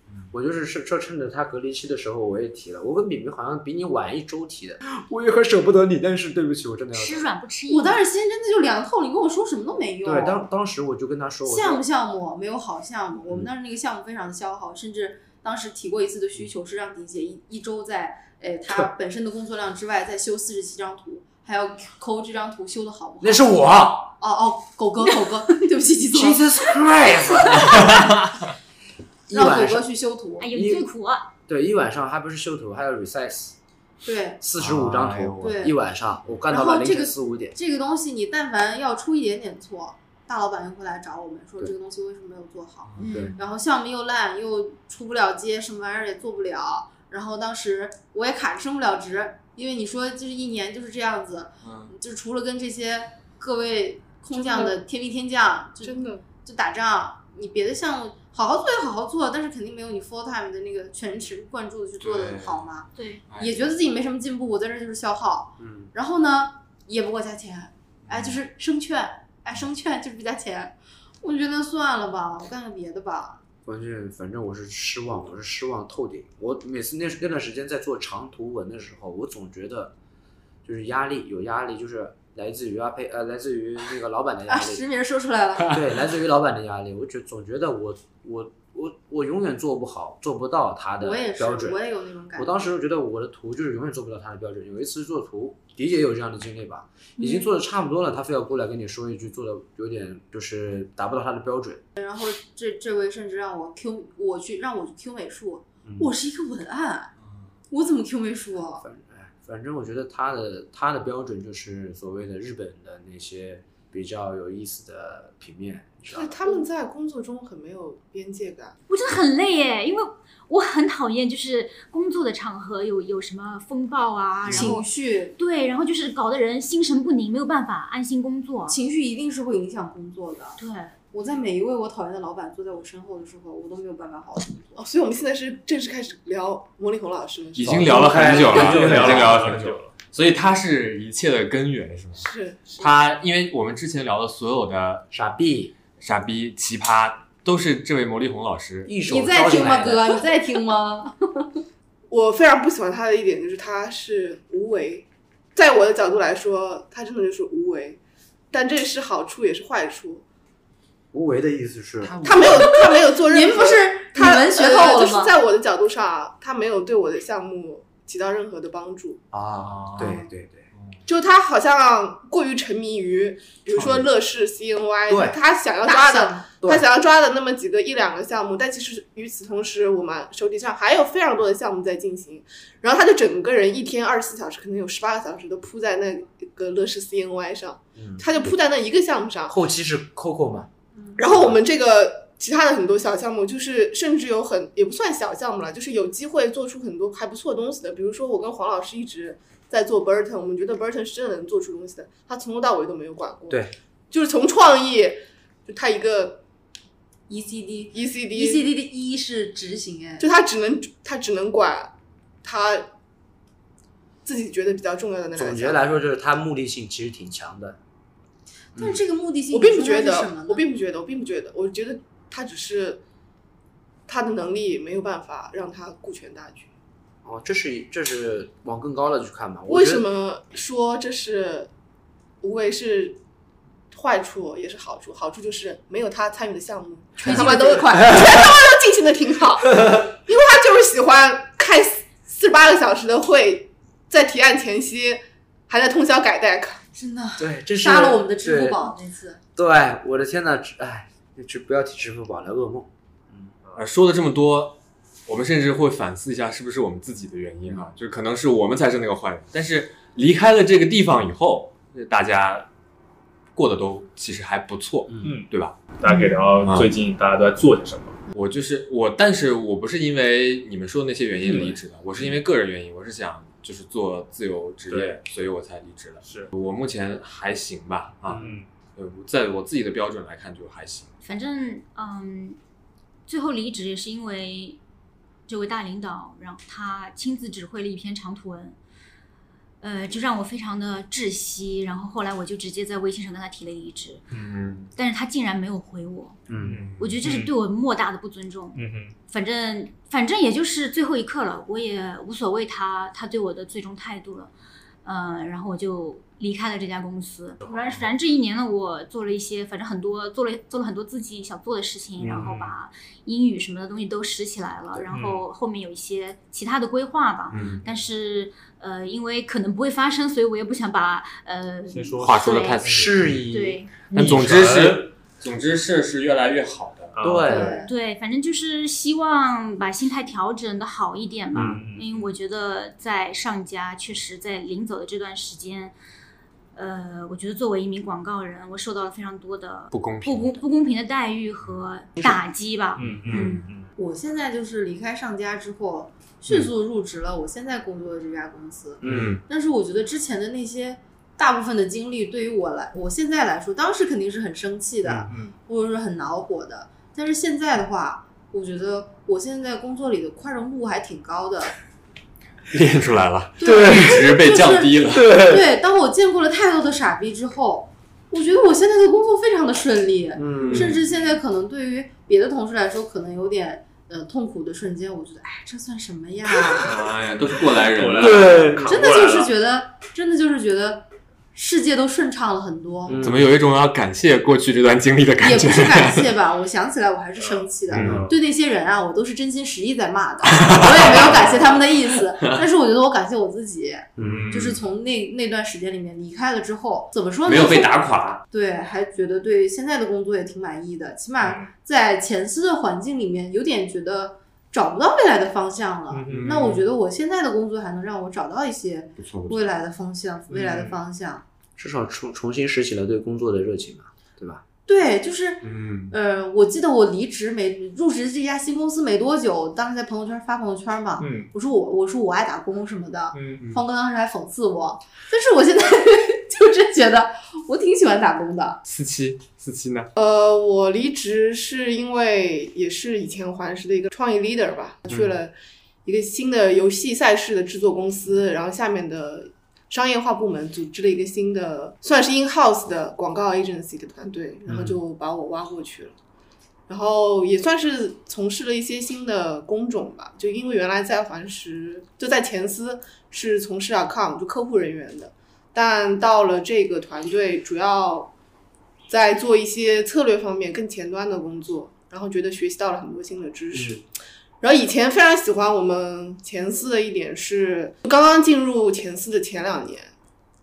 [SPEAKER 1] 嗯，
[SPEAKER 4] 我就是是这趁着他隔离期的时候，我也提了。我跟敏敏好像比你晚一周提的， 我也很舍不得你，但是对不起，我真的要走
[SPEAKER 8] 吃软不吃硬。
[SPEAKER 2] 我当时心真的就凉透了，你跟我说什么都没用。
[SPEAKER 4] 嗯对当当时我就跟他说，我嗯
[SPEAKER 2] 项目
[SPEAKER 4] 说
[SPEAKER 2] 项目没有好项目，我们当时那个项目非常的消耗，甚至当时提过一次的需求是让迪姐一一周在呃他本身的工作量之外再修四十七张图，还要抠这张图修的好不好。
[SPEAKER 4] 那是我
[SPEAKER 2] 哦哦，狗哥狗哥， 对不起记错了，
[SPEAKER 4] ，Jesus Christ，一
[SPEAKER 2] 让
[SPEAKER 4] 晚
[SPEAKER 2] 狗哥
[SPEAKER 4] 上
[SPEAKER 2] 去修图
[SPEAKER 8] 哎。呦，你最苦啊！
[SPEAKER 4] 对一晚上还不是修图，还要 resize
[SPEAKER 2] 对，
[SPEAKER 4] 四十五张
[SPEAKER 1] 哎呦
[SPEAKER 4] 图，
[SPEAKER 1] 我
[SPEAKER 2] 对
[SPEAKER 4] 一晚上我干到
[SPEAKER 2] 然后
[SPEAKER 4] 了凌
[SPEAKER 2] 这
[SPEAKER 4] 晨
[SPEAKER 2] 个
[SPEAKER 4] 四五点。
[SPEAKER 2] 这个东西你但凡要出一点点错，大老板又会来找我们说
[SPEAKER 4] 对
[SPEAKER 2] 这个东西为什么没有做好，
[SPEAKER 1] 嗯
[SPEAKER 4] 对
[SPEAKER 2] 然后项目又烂，又出不了街，什么玩意儿也做不了。然后当时我也卡着升不了职，因为你说就是一年就是这样子，
[SPEAKER 1] 嗯
[SPEAKER 2] 就是除了跟这些各位空降的天兵天将，就
[SPEAKER 9] 真的
[SPEAKER 2] 就打仗，你别的项目好好做也好好做，但是肯定没有你 full time 的那个全神贯注的去做的
[SPEAKER 1] 对
[SPEAKER 2] 好嘛。
[SPEAKER 8] 对，
[SPEAKER 1] 哎
[SPEAKER 2] 也觉得自己没什么进步，我在这儿就是消耗。
[SPEAKER 4] 嗯，
[SPEAKER 2] 然后呢，也不给我加钱，哎，就是生券，哎，生券就是不加钱。我觉得算了吧，我干个别的吧。
[SPEAKER 4] 关键反正我是失望，我是失望透顶。我每次那那段时间在做长图文的时候，我总觉得就是压力有压力，就是来自于阿佩呃，来自于那个老板的压
[SPEAKER 2] 啊，
[SPEAKER 4] 力
[SPEAKER 2] 实，名说出来了，
[SPEAKER 4] 对，来自于老板的压力。我觉总觉得我我我我永远做不好，做不到他的
[SPEAKER 2] 我也是
[SPEAKER 4] 标准。，
[SPEAKER 2] 我也有那种感觉。
[SPEAKER 4] 我当时就觉得我的图就是永远做不到他的标准。有一次做图，迪姐有这样的经历吧？已
[SPEAKER 2] 嗯
[SPEAKER 4] 经做的差不多了，他非要过来跟你说一句做的有点就是达不到他的标准。
[SPEAKER 2] 这这位甚至让我 Q，我去让我去 Q 美术，
[SPEAKER 4] 嗯
[SPEAKER 2] 我是一个文案，我怎么 Q 美术啊？
[SPEAKER 4] 反哎反正我觉得他的他的标准就是所谓的日本的那些比较有意思的平面，你知道
[SPEAKER 9] 那
[SPEAKER 4] 吗？
[SPEAKER 9] 他们在工作中很没有边界感，
[SPEAKER 8] 我真的很累耶，因为我很讨厌就是工作的场合有有什么风暴啊，然后
[SPEAKER 2] 情绪，
[SPEAKER 8] 对，然后就是搞得人心神不宁，没有办法安心工作。
[SPEAKER 2] 情绪一定是会影响工作的。
[SPEAKER 8] 对，
[SPEAKER 2] 我在每一位我讨厌的老板坐在我身后的时候，我都没有办法好好工作。
[SPEAKER 9] 哦，所以我们现在是正式开始聊魔力红老师了，是
[SPEAKER 1] 已
[SPEAKER 9] 吧
[SPEAKER 1] 经聊了很久了，
[SPEAKER 3] 已经
[SPEAKER 1] 已经
[SPEAKER 3] 聊
[SPEAKER 1] 聊
[SPEAKER 3] 了
[SPEAKER 1] 了
[SPEAKER 3] 很
[SPEAKER 1] 很
[SPEAKER 3] 久
[SPEAKER 1] 久了，所以它是一切的根源，是吗？
[SPEAKER 9] 是是
[SPEAKER 1] 他因为我们之前聊的所有的
[SPEAKER 4] 傻逼，
[SPEAKER 1] 傻逼、奇葩，都是这位魔力红老师。
[SPEAKER 4] 一手
[SPEAKER 2] 你在
[SPEAKER 4] 招进
[SPEAKER 2] 听吗，
[SPEAKER 4] 来的。
[SPEAKER 2] 哥？你 在听吗？
[SPEAKER 9] 我非常不喜欢他的一点就是他是无为，在我的角度来说，他真的就是无为，但这是好处也是坏处。
[SPEAKER 3] 无为的意思是，
[SPEAKER 9] 他没有，他没有做任何。
[SPEAKER 2] 您不是
[SPEAKER 9] 他
[SPEAKER 2] 语文学
[SPEAKER 9] 呃
[SPEAKER 2] 透了
[SPEAKER 9] 就是
[SPEAKER 2] 吗
[SPEAKER 9] 在我的角度上，他没有对我的项目起到任何的帮助。
[SPEAKER 3] 啊，对对对，
[SPEAKER 9] 就他好像过于沉迷于，比如说乐视、
[SPEAKER 4] 对
[SPEAKER 9] CNY，他想要抓的，
[SPEAKER 2] 的，
[SPEAKER 4] 对
[SPEAKER 9] 他想要抓的那么几个一两个项目，但其实与此同时，我们手底上还有非常多的项目在进行。然后他就整个人一天二十四小时，可能有十八个小时都扑在那个乐视 CNY 上，
[SPEAKER 3] 嗯，
[SPEAKER 9] 他就扑在那一个项目上。
[SPEAKER 4] 后期是 Coco 嘛，
[SPEAKER 9] 然后我们这个其他的很多小项目，就是甚至有很也不算小项目了，就是有机会做出很多还不错的东西的。比如说我跟黄老师一直在做 Burton，我们觉得 Burton 是真的能做出东西的，他从头到尾都没有管过。
[SPEAKER 3] 对，
[SPEAKER 9] 就是从创意，就他一个 E
[SPEAKER 2] ECD
[SPEAKER 9] ECD，
[SPEAKER 2] ECD 的 E 是执行哎，
[SPEAKER 9] 就他只能他只能管他自己觉得比较重要的那两个项
[SPEAKER 4] 总
[SPEAKER 9] 目。
[SPEAKER 4] 结来说就是他目的性其实挺强的。
[SPEAKER 2] 但是这个目的性
[SPEAKER 9] 我并不
[SPEAKER 2] 你说
[SPEAKER 9] 觉
[SPEAKER 2] 它是什么
[SPEAKER 9] 得
[SPEAKER 2] 呢，
[SPEAKER 9] 我并不觉得，我并不觉得，我觉得他只是他的能力没有办法让他顾全大局。
[SPEAKER 4] 哦，这是这是往更高了去看嘛？我
[SPEAKER 9] 为
[SPEAKER 4] 觉得？
[SPEAKER 9] 什么说这是无为是坏处也是好处？好处就是没有他参与的项目，全他妈都
[SPEAKER 2] 快，
[SPEAKER 9] 他进行的挺好，因为他就是喜欢开四十八个小时的会，在提案前夕还在通宵改 deck。
[SPEAKER 2] 真的
[SPEAKER 4] 对，这是
[SPEAKER 2] 杀了我们的支付宝那次，
[SPEAKER 4] 对。对，我的天呐，支哎，就不要提支付宝了，噩梦。
[SPEAKER 1] 呃，说了这么多，我们甚至会反思一下，是不是我们自己的原因啊？就可能是我们才是那个坏人。但是离开了这个地方以后，大家过得都其实还不错，
[SPEAKER 7] 嗯，
[SPEAKER 1] 对吧？
[SPEAKER 7] 大家可以聊聊最近大家都在做些什么。
[SPEAKER 1] 我就是我，但是我不是因为你们说的那些原因离职的，我是因为个人原因，我是想就是做自由职业
[SPEAKER 7] 对，
[SPEAKER 1] 所以我才离职的。
[SPEAKER 7] 是，
[SPEAKER 1] 我目前还行吧，啊，
[SPEAKER 7] 嗯，
[SPEAKER 1] 呃，在我自己的标准来看就还行。
[SPEAKER 8] 反正嗯，最后离职也是因为这位大领导让他亲自指挥了一篇长图文，呃，就让我非常的窒息。然后后来我就直接在微信上跟他提了离职，
[SPEAKER 1] 嗯
[SPEAKER 8] 但是他竟然没有回我，
[SPEAKER 1] 嗯
[SPEAKER 8] 我觉得这是对我莫大的不尊重。
[SPEAKER 7] 嗯哼，
[SPEAKER 8] 反正反正也就是最后一刻了，我也无所谓他他对我的最终态度了，呃，然后我就离开了这家公司。
[SPEAKER 1] 哦
[SPEAKER 8] 反正反正这一年呢，我做了一些，反正很多做了做了很多自己想做的事
[SPEAKER 7] 嗯
[SPEAKER 8] 情，然后把英语什么的东西都拾起来了，然后后面有一些其他的规划吧。
[SPEAKER 1] 嗯，
[SPEAKER 8] 但是呃，因为可能不会发生，所以我也不想把呃
[SPEAKER 7] 先说
[SPEAKER 1] 话说的
[SPEAKER 8] 对
[SPEAKER 1] 太死，
[SPEAKER 4] 是以
[SPEAKER 8] 对
[SPEAKER 1] 那总之是，总之是是越来越好的。
[SPEAKER 7] 啊
[SPEAKER 4] 对，
[SPEAKER 8] 对，反正就是希望把心态调整的好一点吧，
[SPEAKER 7] 嗯嗯
[SPEAKER 8] 因为我觉得在上家确实在临走的这段时间，呃，我觉得作为一名广告人，我受到了非常多的
[SPEAKER 1] 不公平
[SPEAKER 8] 不公不公平的待遇和打击吧。
[SPEAKER 7] 嗯嗯嗯
[SPEAKER 2] 我现在就是离开上家之后，迅速入职了我现在工作的这家公司。
[SPEAKER 1] 嗯
[SPEAKER 2] 但是我觉得之前的那些大部分的经历，对于我来，我现在来说，当时肯定是很生气的，
[SPEAKER 7] 嗯
[SPEAKER 2] 或者是很恼火的。但是现在的话，我觉得我现在工作里的宽容度还挺高 的。
[SPEAKER 1] 练出来了，
[SPEAKER 2] 对
[SPEAKER 1] 阈值 被降低了。
[SPEAKER 2] 对，当我见过了太多的傻逼之后，我觉得我现在的工作非常的顺利。
[SPEAKER 4] 嗯
[SPEAKER 2] 甚至现在可能对于别的同事来说，可能有点呃痛苦的瞬间，我觉得哎，这算什么 呀？
[SPEAKER 1] 哎呀，都是过来人了。
[SPEAKER 4] 对
[SPEAKER 7] 扛
[SPEAKER 2] 真的
[SPEAKER 7] 过来
[SPEAKER 2] 就是
[SPEAKER 7] 了
[SPEAKER 2] 觉得，真的就是觉得世界都顺畅了很多，
[SPEAKER 4] 嗯
[SPEAKER 1] 怎么有一种要感谢过去这段经历的
[SPEAKER 2] 也
[SPEAKER 1] 感觉
[SPEAKER 2] 不？是感谢吧。我想起来，我还是生气的。
[SPEAKER 1] 嗯
[SPEAKER 2] 对那些人啊，我都是真心实意在骂的，我也没有感谢他们的意思。但是我觉得我感谢我自己，
[SPEAKER 7] 嗯
[SPEAKER 2] 就是从那那段时间里面离开了之后，怎么说呢？
[SPEAKER 1] 没有被打垮。
[SPEAKER 2] 对，还觉得对现在的工作也挺满意的，起
[SPEAKER 7] 嗯
[SPEAKER 2] 码在前司的环境里面，有点觉得找不到未来的方向了。
[SPEAKER 7] 嗯
[SPEAKER 2] 那我觉得我现在的工作还能让我找到一些
[SPEAKER 1] 不错不错。
[SPEAKER 2] 未来的方向，未来
[SPEAKER 7] 嗯
[SPEAKER 2] 的方向。
[SPEAKER 4] 至少重重新拾起了对工作的热情嘛，啊对吧？
[SPEAKER 2] 对，就是
[SPEAKER 1] 嗯
[SPEAKER 2] 呃，我记得我离职没入职这家新公司没多久，当时在朋友圈发朋友圈嘛，
[SPEAKER 7] 嗯
[SPEAKER 2] 我说我我说我爱打工什么的，
[SPEAKER 7] 嗯
[SPEAKER 2] 方哥当时还讽刺我，但是我现在 就是觉得我挺喜欢打工的。
[SPEAKER 1] 四七四七呢？
[SPEAKER 9] 呃，我离职是因为也是以前环视的一个创意 leader 吧，去了一个新的游戏赛事的制作公司，然后下面的商业化部门组织了一个新的，算是 in house 的广告 agency 的团队，然后就把我挖过去了。然后也算是从事了一些新的工种吧，就因为原来在环石就在前司是从事 account 就客户人员的，但到了这个团队，主要在做一些策略方面更前端的工作，然后觉得学习到了很多新的知识。然后以前非常喜欢我们前四的一点是，刚刚进入前四的前两年，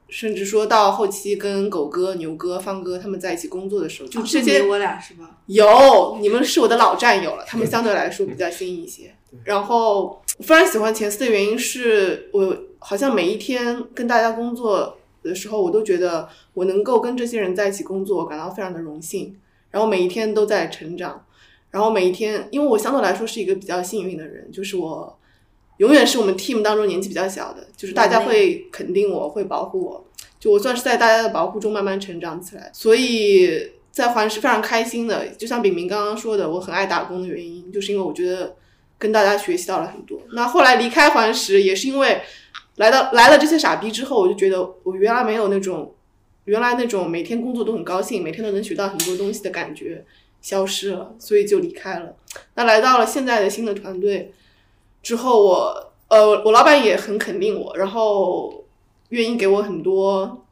[SPEAKER 9] 甚至说到后期跟狗哥、牛哥、方哥他们在一起工作的时候，就这些、
[SPEAKER 2] 没啊我俩是吧？
[SPEAKER 9] 有，你们是我的老战友了，他们相对来说比较新一些。然后我非常喜欢前四的原因是我好像每一天跟大家工作的时候，我都觉得我能够跟这些人在一起工作，我感到非常的荣幸。然后每一天都在成长，然后每一天，因为我相对来说是一个比较幸运的人，就是我永远是我们 team 当中年纪比较小的，就是大家会肯定我，会保护我，就我算是在大家的保护中慢慢成长起来，所以在环是非常开心的。就像炳明刚刚说的，我很爱打工的原因，就是因为我觉得跟大家学习到了很多。那后来离开环石，也是因为来到来了这些傻逼之后，我就觉得我原来没有那种原来那种每天工作都很高兴，每天都能学到很多东西的感觉消失了，所以就离开了。那来到了现在的新的团队之后我，呃，我老板也很肯定我，然后愿意给我很多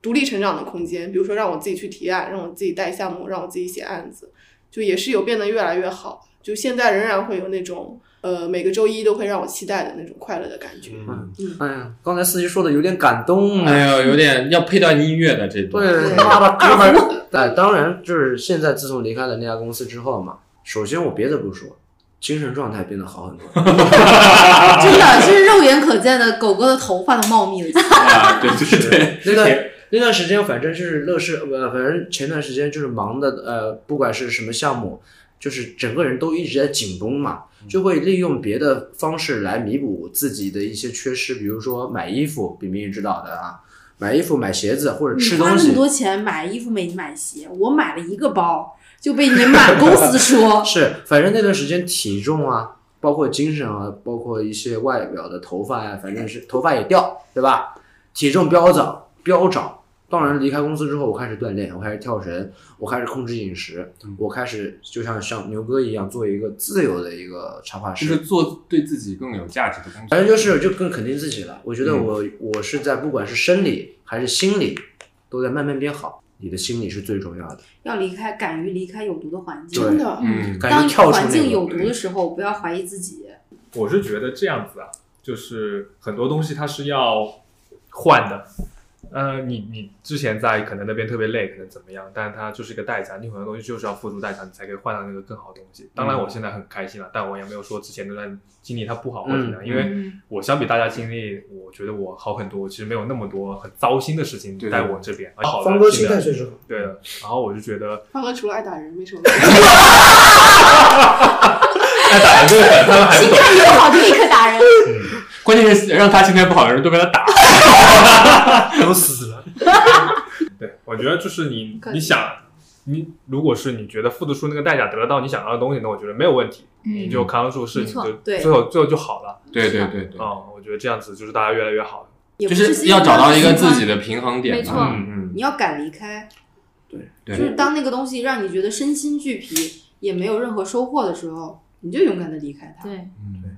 [SPEAKER 9] 独立成长的空间，比如说让我自己去提案，让我自己带项目，让我自己写案子，就也是有变得越来越好。就现在仍然会有那种呃每个周一都会让我期待的那种快乐的感觉。
[SPEAKER 4] 嗯，哎呀，刚才司机说的有点感动 啊
[SPEAKER 1] 哎呦，有点要配段音乐的这段。
[SPEAKER 4] 对，妈的，哥们儿！哎，当然就是现在，自从离开了那家公司之后嘛，首先我别的不说，精神状态变得好很多。
[SPEAKER 2] 真的，这是肉眼可见的，狗哥的头发都茂密了。
[SPEAKER 1] 啊，对对对，
[SPEAKER 4] 那段那段时间，反正就是乐视，呃，反正前段时间就是忙的，呃，不管是什么项目，就是整个人都一直在紧绷嘛，就会利用别的方式来弥补自己的一些缺失，比如说买衣服，炳明也知道的啊，买衣服、买鞋子或者
[SPEAKER 2] 你
[SPEAKER 4] 吃
[SPEAKER 2] 嗯花
[SPEAKER 4] 东
[SPEAKER 2] 那么
[SPEAKER 4] 西。
[SPEAKER 2] 多钱买衣服没买鞋，我买了一个包就被你满公 司说，
[SPEAKER 4] 是，反正那段时间体重啊，包括精神啊，包括一些外表的头发呀、反正是头发也掉，对吧？体重飙涨，飙涨。当然，离开公司之后，我开始锻炼，我开始跳绳，我开始控制饮食，我开始就像像牛哥一样做一个自由的一个插画
[SPEAKER 1] 就
[SPEAKER 4] 师
[SPEAKER 1] 是。做对自己更有价值的工作
[SPEAKER 4] 反。正就是就更肯定自己了。我觉得我、我是在不管是生理还是心理，都在慢慢变好。你的心理是最重要的，
[SPEAKER 2] 要离开，敢于离开有毒的环境。
[SPEAKER 9] 真的，
[SPEAKER 1] 嗯，
[SPEAKER 4] 感
[SPEAKER 2] 当
[SPEAKER 4] 觉跳出
[SPEAKER 2] 环
[SPEAKER 4] 那
[SPEAKER 2] 境
[SPEAKER 4] 个
[SPEAKER 2] 有毒的时候，不要怀疑自己。
[SPEAKER 7] 我是觉得这样子啊，就是很多东西它是要换的。呃，你你之前在可能那边特别累，可能怎么样，但是它就是一个代价，你很多东西就是要付出代价，你才可以换到那个更好的东西。当然，
[SPEAKER 3] 嗯
[SPEAKER 7] 我现在很开心了，但我也没有说之前那段经历它不
[SPEAKER 3] 嗯
[SPEAKER 7] 好或者怎么样，因为
[SPEAKER 1] 嗯
[SPEAKER 7] 我相比大家经历，我觉得我好很多，其实没有那么多很糟心的事情
[SPEAKER 1] 对
[SPEAKER 7] 在我这边。而且好的
[SPEAKER 3] 方哥
[SPEAKER 7] 是
[SPEAKER 3] 心
[SPEAKER 7] 的
[SPEAKER 3] 态确实好，
[SPEAKER 7] 对的，然后我就觉得
[SPEAKER 9] 方哥除了爱打人没什么。
[SPEAKER 7] 哎，打人这个梗他们还不
[SPEAKER 2] 心
[SPEAKER 7] 懂，
[SPEAKER 2] 态不嗯好就立刻打人，
[SPEAKER 1] 关键是让他心态不好的人都被他打。
[SPEAKER 3] 都死了。
[SPEAKER 7] 对，我觉得就是你
[SPEAKER 2] 可，以
[SPEAKER 7] 你想，你如果是你觉得付得出那个代价，得得到你想要的东西，那我觉得没有问题，
[SPEAKER 8] 嗯
[SPEAKER 7] 你就扛得住事
[SPEAKER 8] 没
[SPEAKER 7] 情，
[SPEAKER 8] 错
[SPEAKER 7] 就
[SPEAKER 2] 对
[SPEAKER 7] 最后最后就好了。
[SPEAKER 1] 对对对对，
[SPEAKER 7] 嗯，我觉得这样子就是大家越来越好。
[SPEAKER 2] 也
[SPEAKER 1] 就
[SPEAKER 2] 不
[SPEAKER 1] 是
[SPEAKER 2] 心
[SPEAKER 1] 要
[SPEAKER 2] 里
[SPEAKER 1] 找到
[SPEAKER 2] 面
[SPEAKER 1] 一个自己
[SPEAKER 2] 喜
[SPEAKER 1] 的平衡点
[SPEAKER 8] 没错
[SPEAKER 1] 吧。
[SPEAKER 7] 嗯
[SPEAKER 2] 欢，你要敢离开。
[SPEAKER 1] 对
[SPEAKER 2] 就是当那个东西让你觉得身心俱疲，也没有任何收获的时候，你就勇敢的离开它。
[SPEAKER 8] 对，
[SPEAKER 1] 嗯，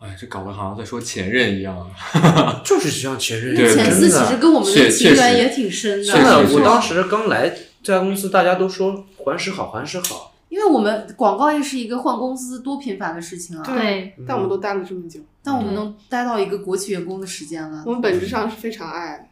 [SPEAKER 1] 哎，这搞得好像在说前任一样啊。
[SPEAKER 4] 就是像前任
[SPEAKER 2] 那
[SPEAKER 4] 一样
[SPEAKER 1] 对
[SPEAKER 2] 前
[SPEAKER 4] 真
[SPEAKER 2] 四
[SPEAKER 4] 的
[SPEAKER 2] 其实跟我们
[SPEAKER 1] 确
[SPEAKER 2] 的情
[SPEAKER 1] 确
[SPEAKER 2] 缘
[SPEAKER 1] 实
[SPEAKER 2] 也挺深
[SPEAKER 1] 确
[SPEAKER 4] 真的
[SPEAKER 1] 实，
[SPEAKER 2] 的，
[SPEAKER 1] 是
[SPEAKER 4] 我当时刚来这家公司，大家都说环石好，环石好。
[SPEAKER 2] 因为我们广告业是一个换公司多频繁的事情啊，
[SPEAKER 8] 对，
[SPEAKER 9] 但我们都待了这么久，
[SPEAKER 2] 但我们能待到一个国企员工的时间了
[SPEAKER 9] 我，们本质上是非常爱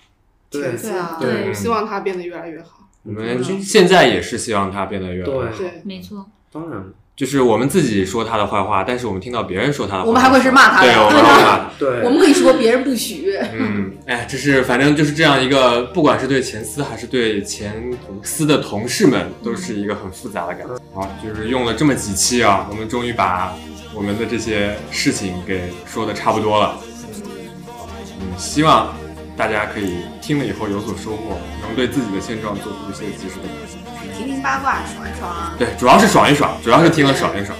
[SPEAKER 3] 对
[SPEAKER 9] 前司
[SPEAKER 2] 对啊
[SPEAKER 9] 的，
[SPEAKER 8] 对
[SPEAKER 9] 我希望他变得越来越好。
[SPEAKER 1] 我
[SPEAKER 2] 嗯
[SPEAKER 1] 们现在也是希望他变得越来越好。
[SPEAKER 4] 对，
[SPEAKER 9] 对，
[SPEAKER 8] 没错，
[SPEAKER 4] 当然
[SPEAKER 1] 就是我们自己说他的坏话，但是我们听到别人说他的坏话，
[SPEAKER 2] 我们还会是骂他的
[SPEAKER 1] 对，我们会骂他。
[SPEAKER 4] 对
[SPEAKER 2] 我们可以说别人不许。
[SPEAKER 1] 嗯，哎，这是反正就是这样一个，不管是对前司还是对前公司的同事们，都是一个很复杂的感觉。好，就是用了这么几期啊，我们终于把我们的这些事情给说的差不多了。嗯，希望大家可以听了以后有所收获，能对自己的现状做出一些及时的改变。
[SPEAKER 2] 听听八卦，爽一爽啊！
[SPEAKER 1] 对，主要是爽一爽，主要是听了爽一爽，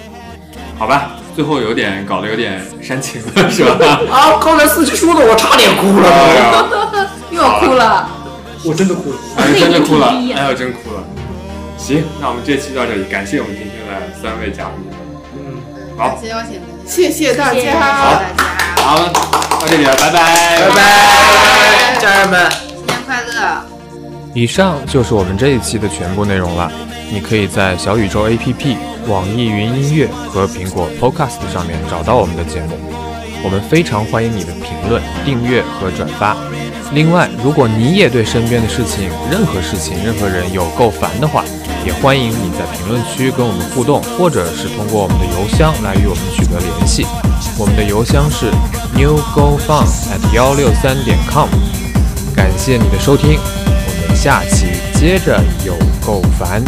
[SPEAKER 1] 好吧？最后有点搞得有点煽情了，是吧？
[SPEAKER 4] 啊，刚才司机说的，我差点哭了。
[SPEAKER 1] 哎呀
[SPEAKER 2] 又要哭了，
[SPEAKER 3] 我真的哭了。
[SPEAKER 1] 哎呦，真的哭了
[SPEAKER 8] 泪目不低，呀
[SPEAKER 1] 哎呦，真哭了。行，那我们这期到这里，感谢我们今天的三位嘉宾。
[SPEAKER 2] 嗯
[SPEAKER 1] 好
[SPEAKER 2] 感谢邀请，
[SPEAKER 9] 谢谢大
[SPEAKER 8] 谢谢
[SPEAKER 9] 家。
[SPEAKER 2] 大家。
[SPEAKER 1] 好了，到这里了，拜拜，
[SPEAKER 4] 拜拜，家人们。
[SPEAKER 2] 新年快乐！
[SPEAKER 5] 以上就是我们这一期的全部内容了。你可以在小宇宙 APP、网易云音乐和苹果 Podcast 上面找到我们的节目。我们非常欢迎你的评论、订阅和转发。另外，如果你也对身边的事情、任何事情、任何人有够烦的话，也欢迎你在评论区跟我们互动，或者是通过我们的邮箱来与我们取得联系。我们的邮箱是 newgofun at 幺六三点 com。感谢你的收听，我们下期接着有够烦。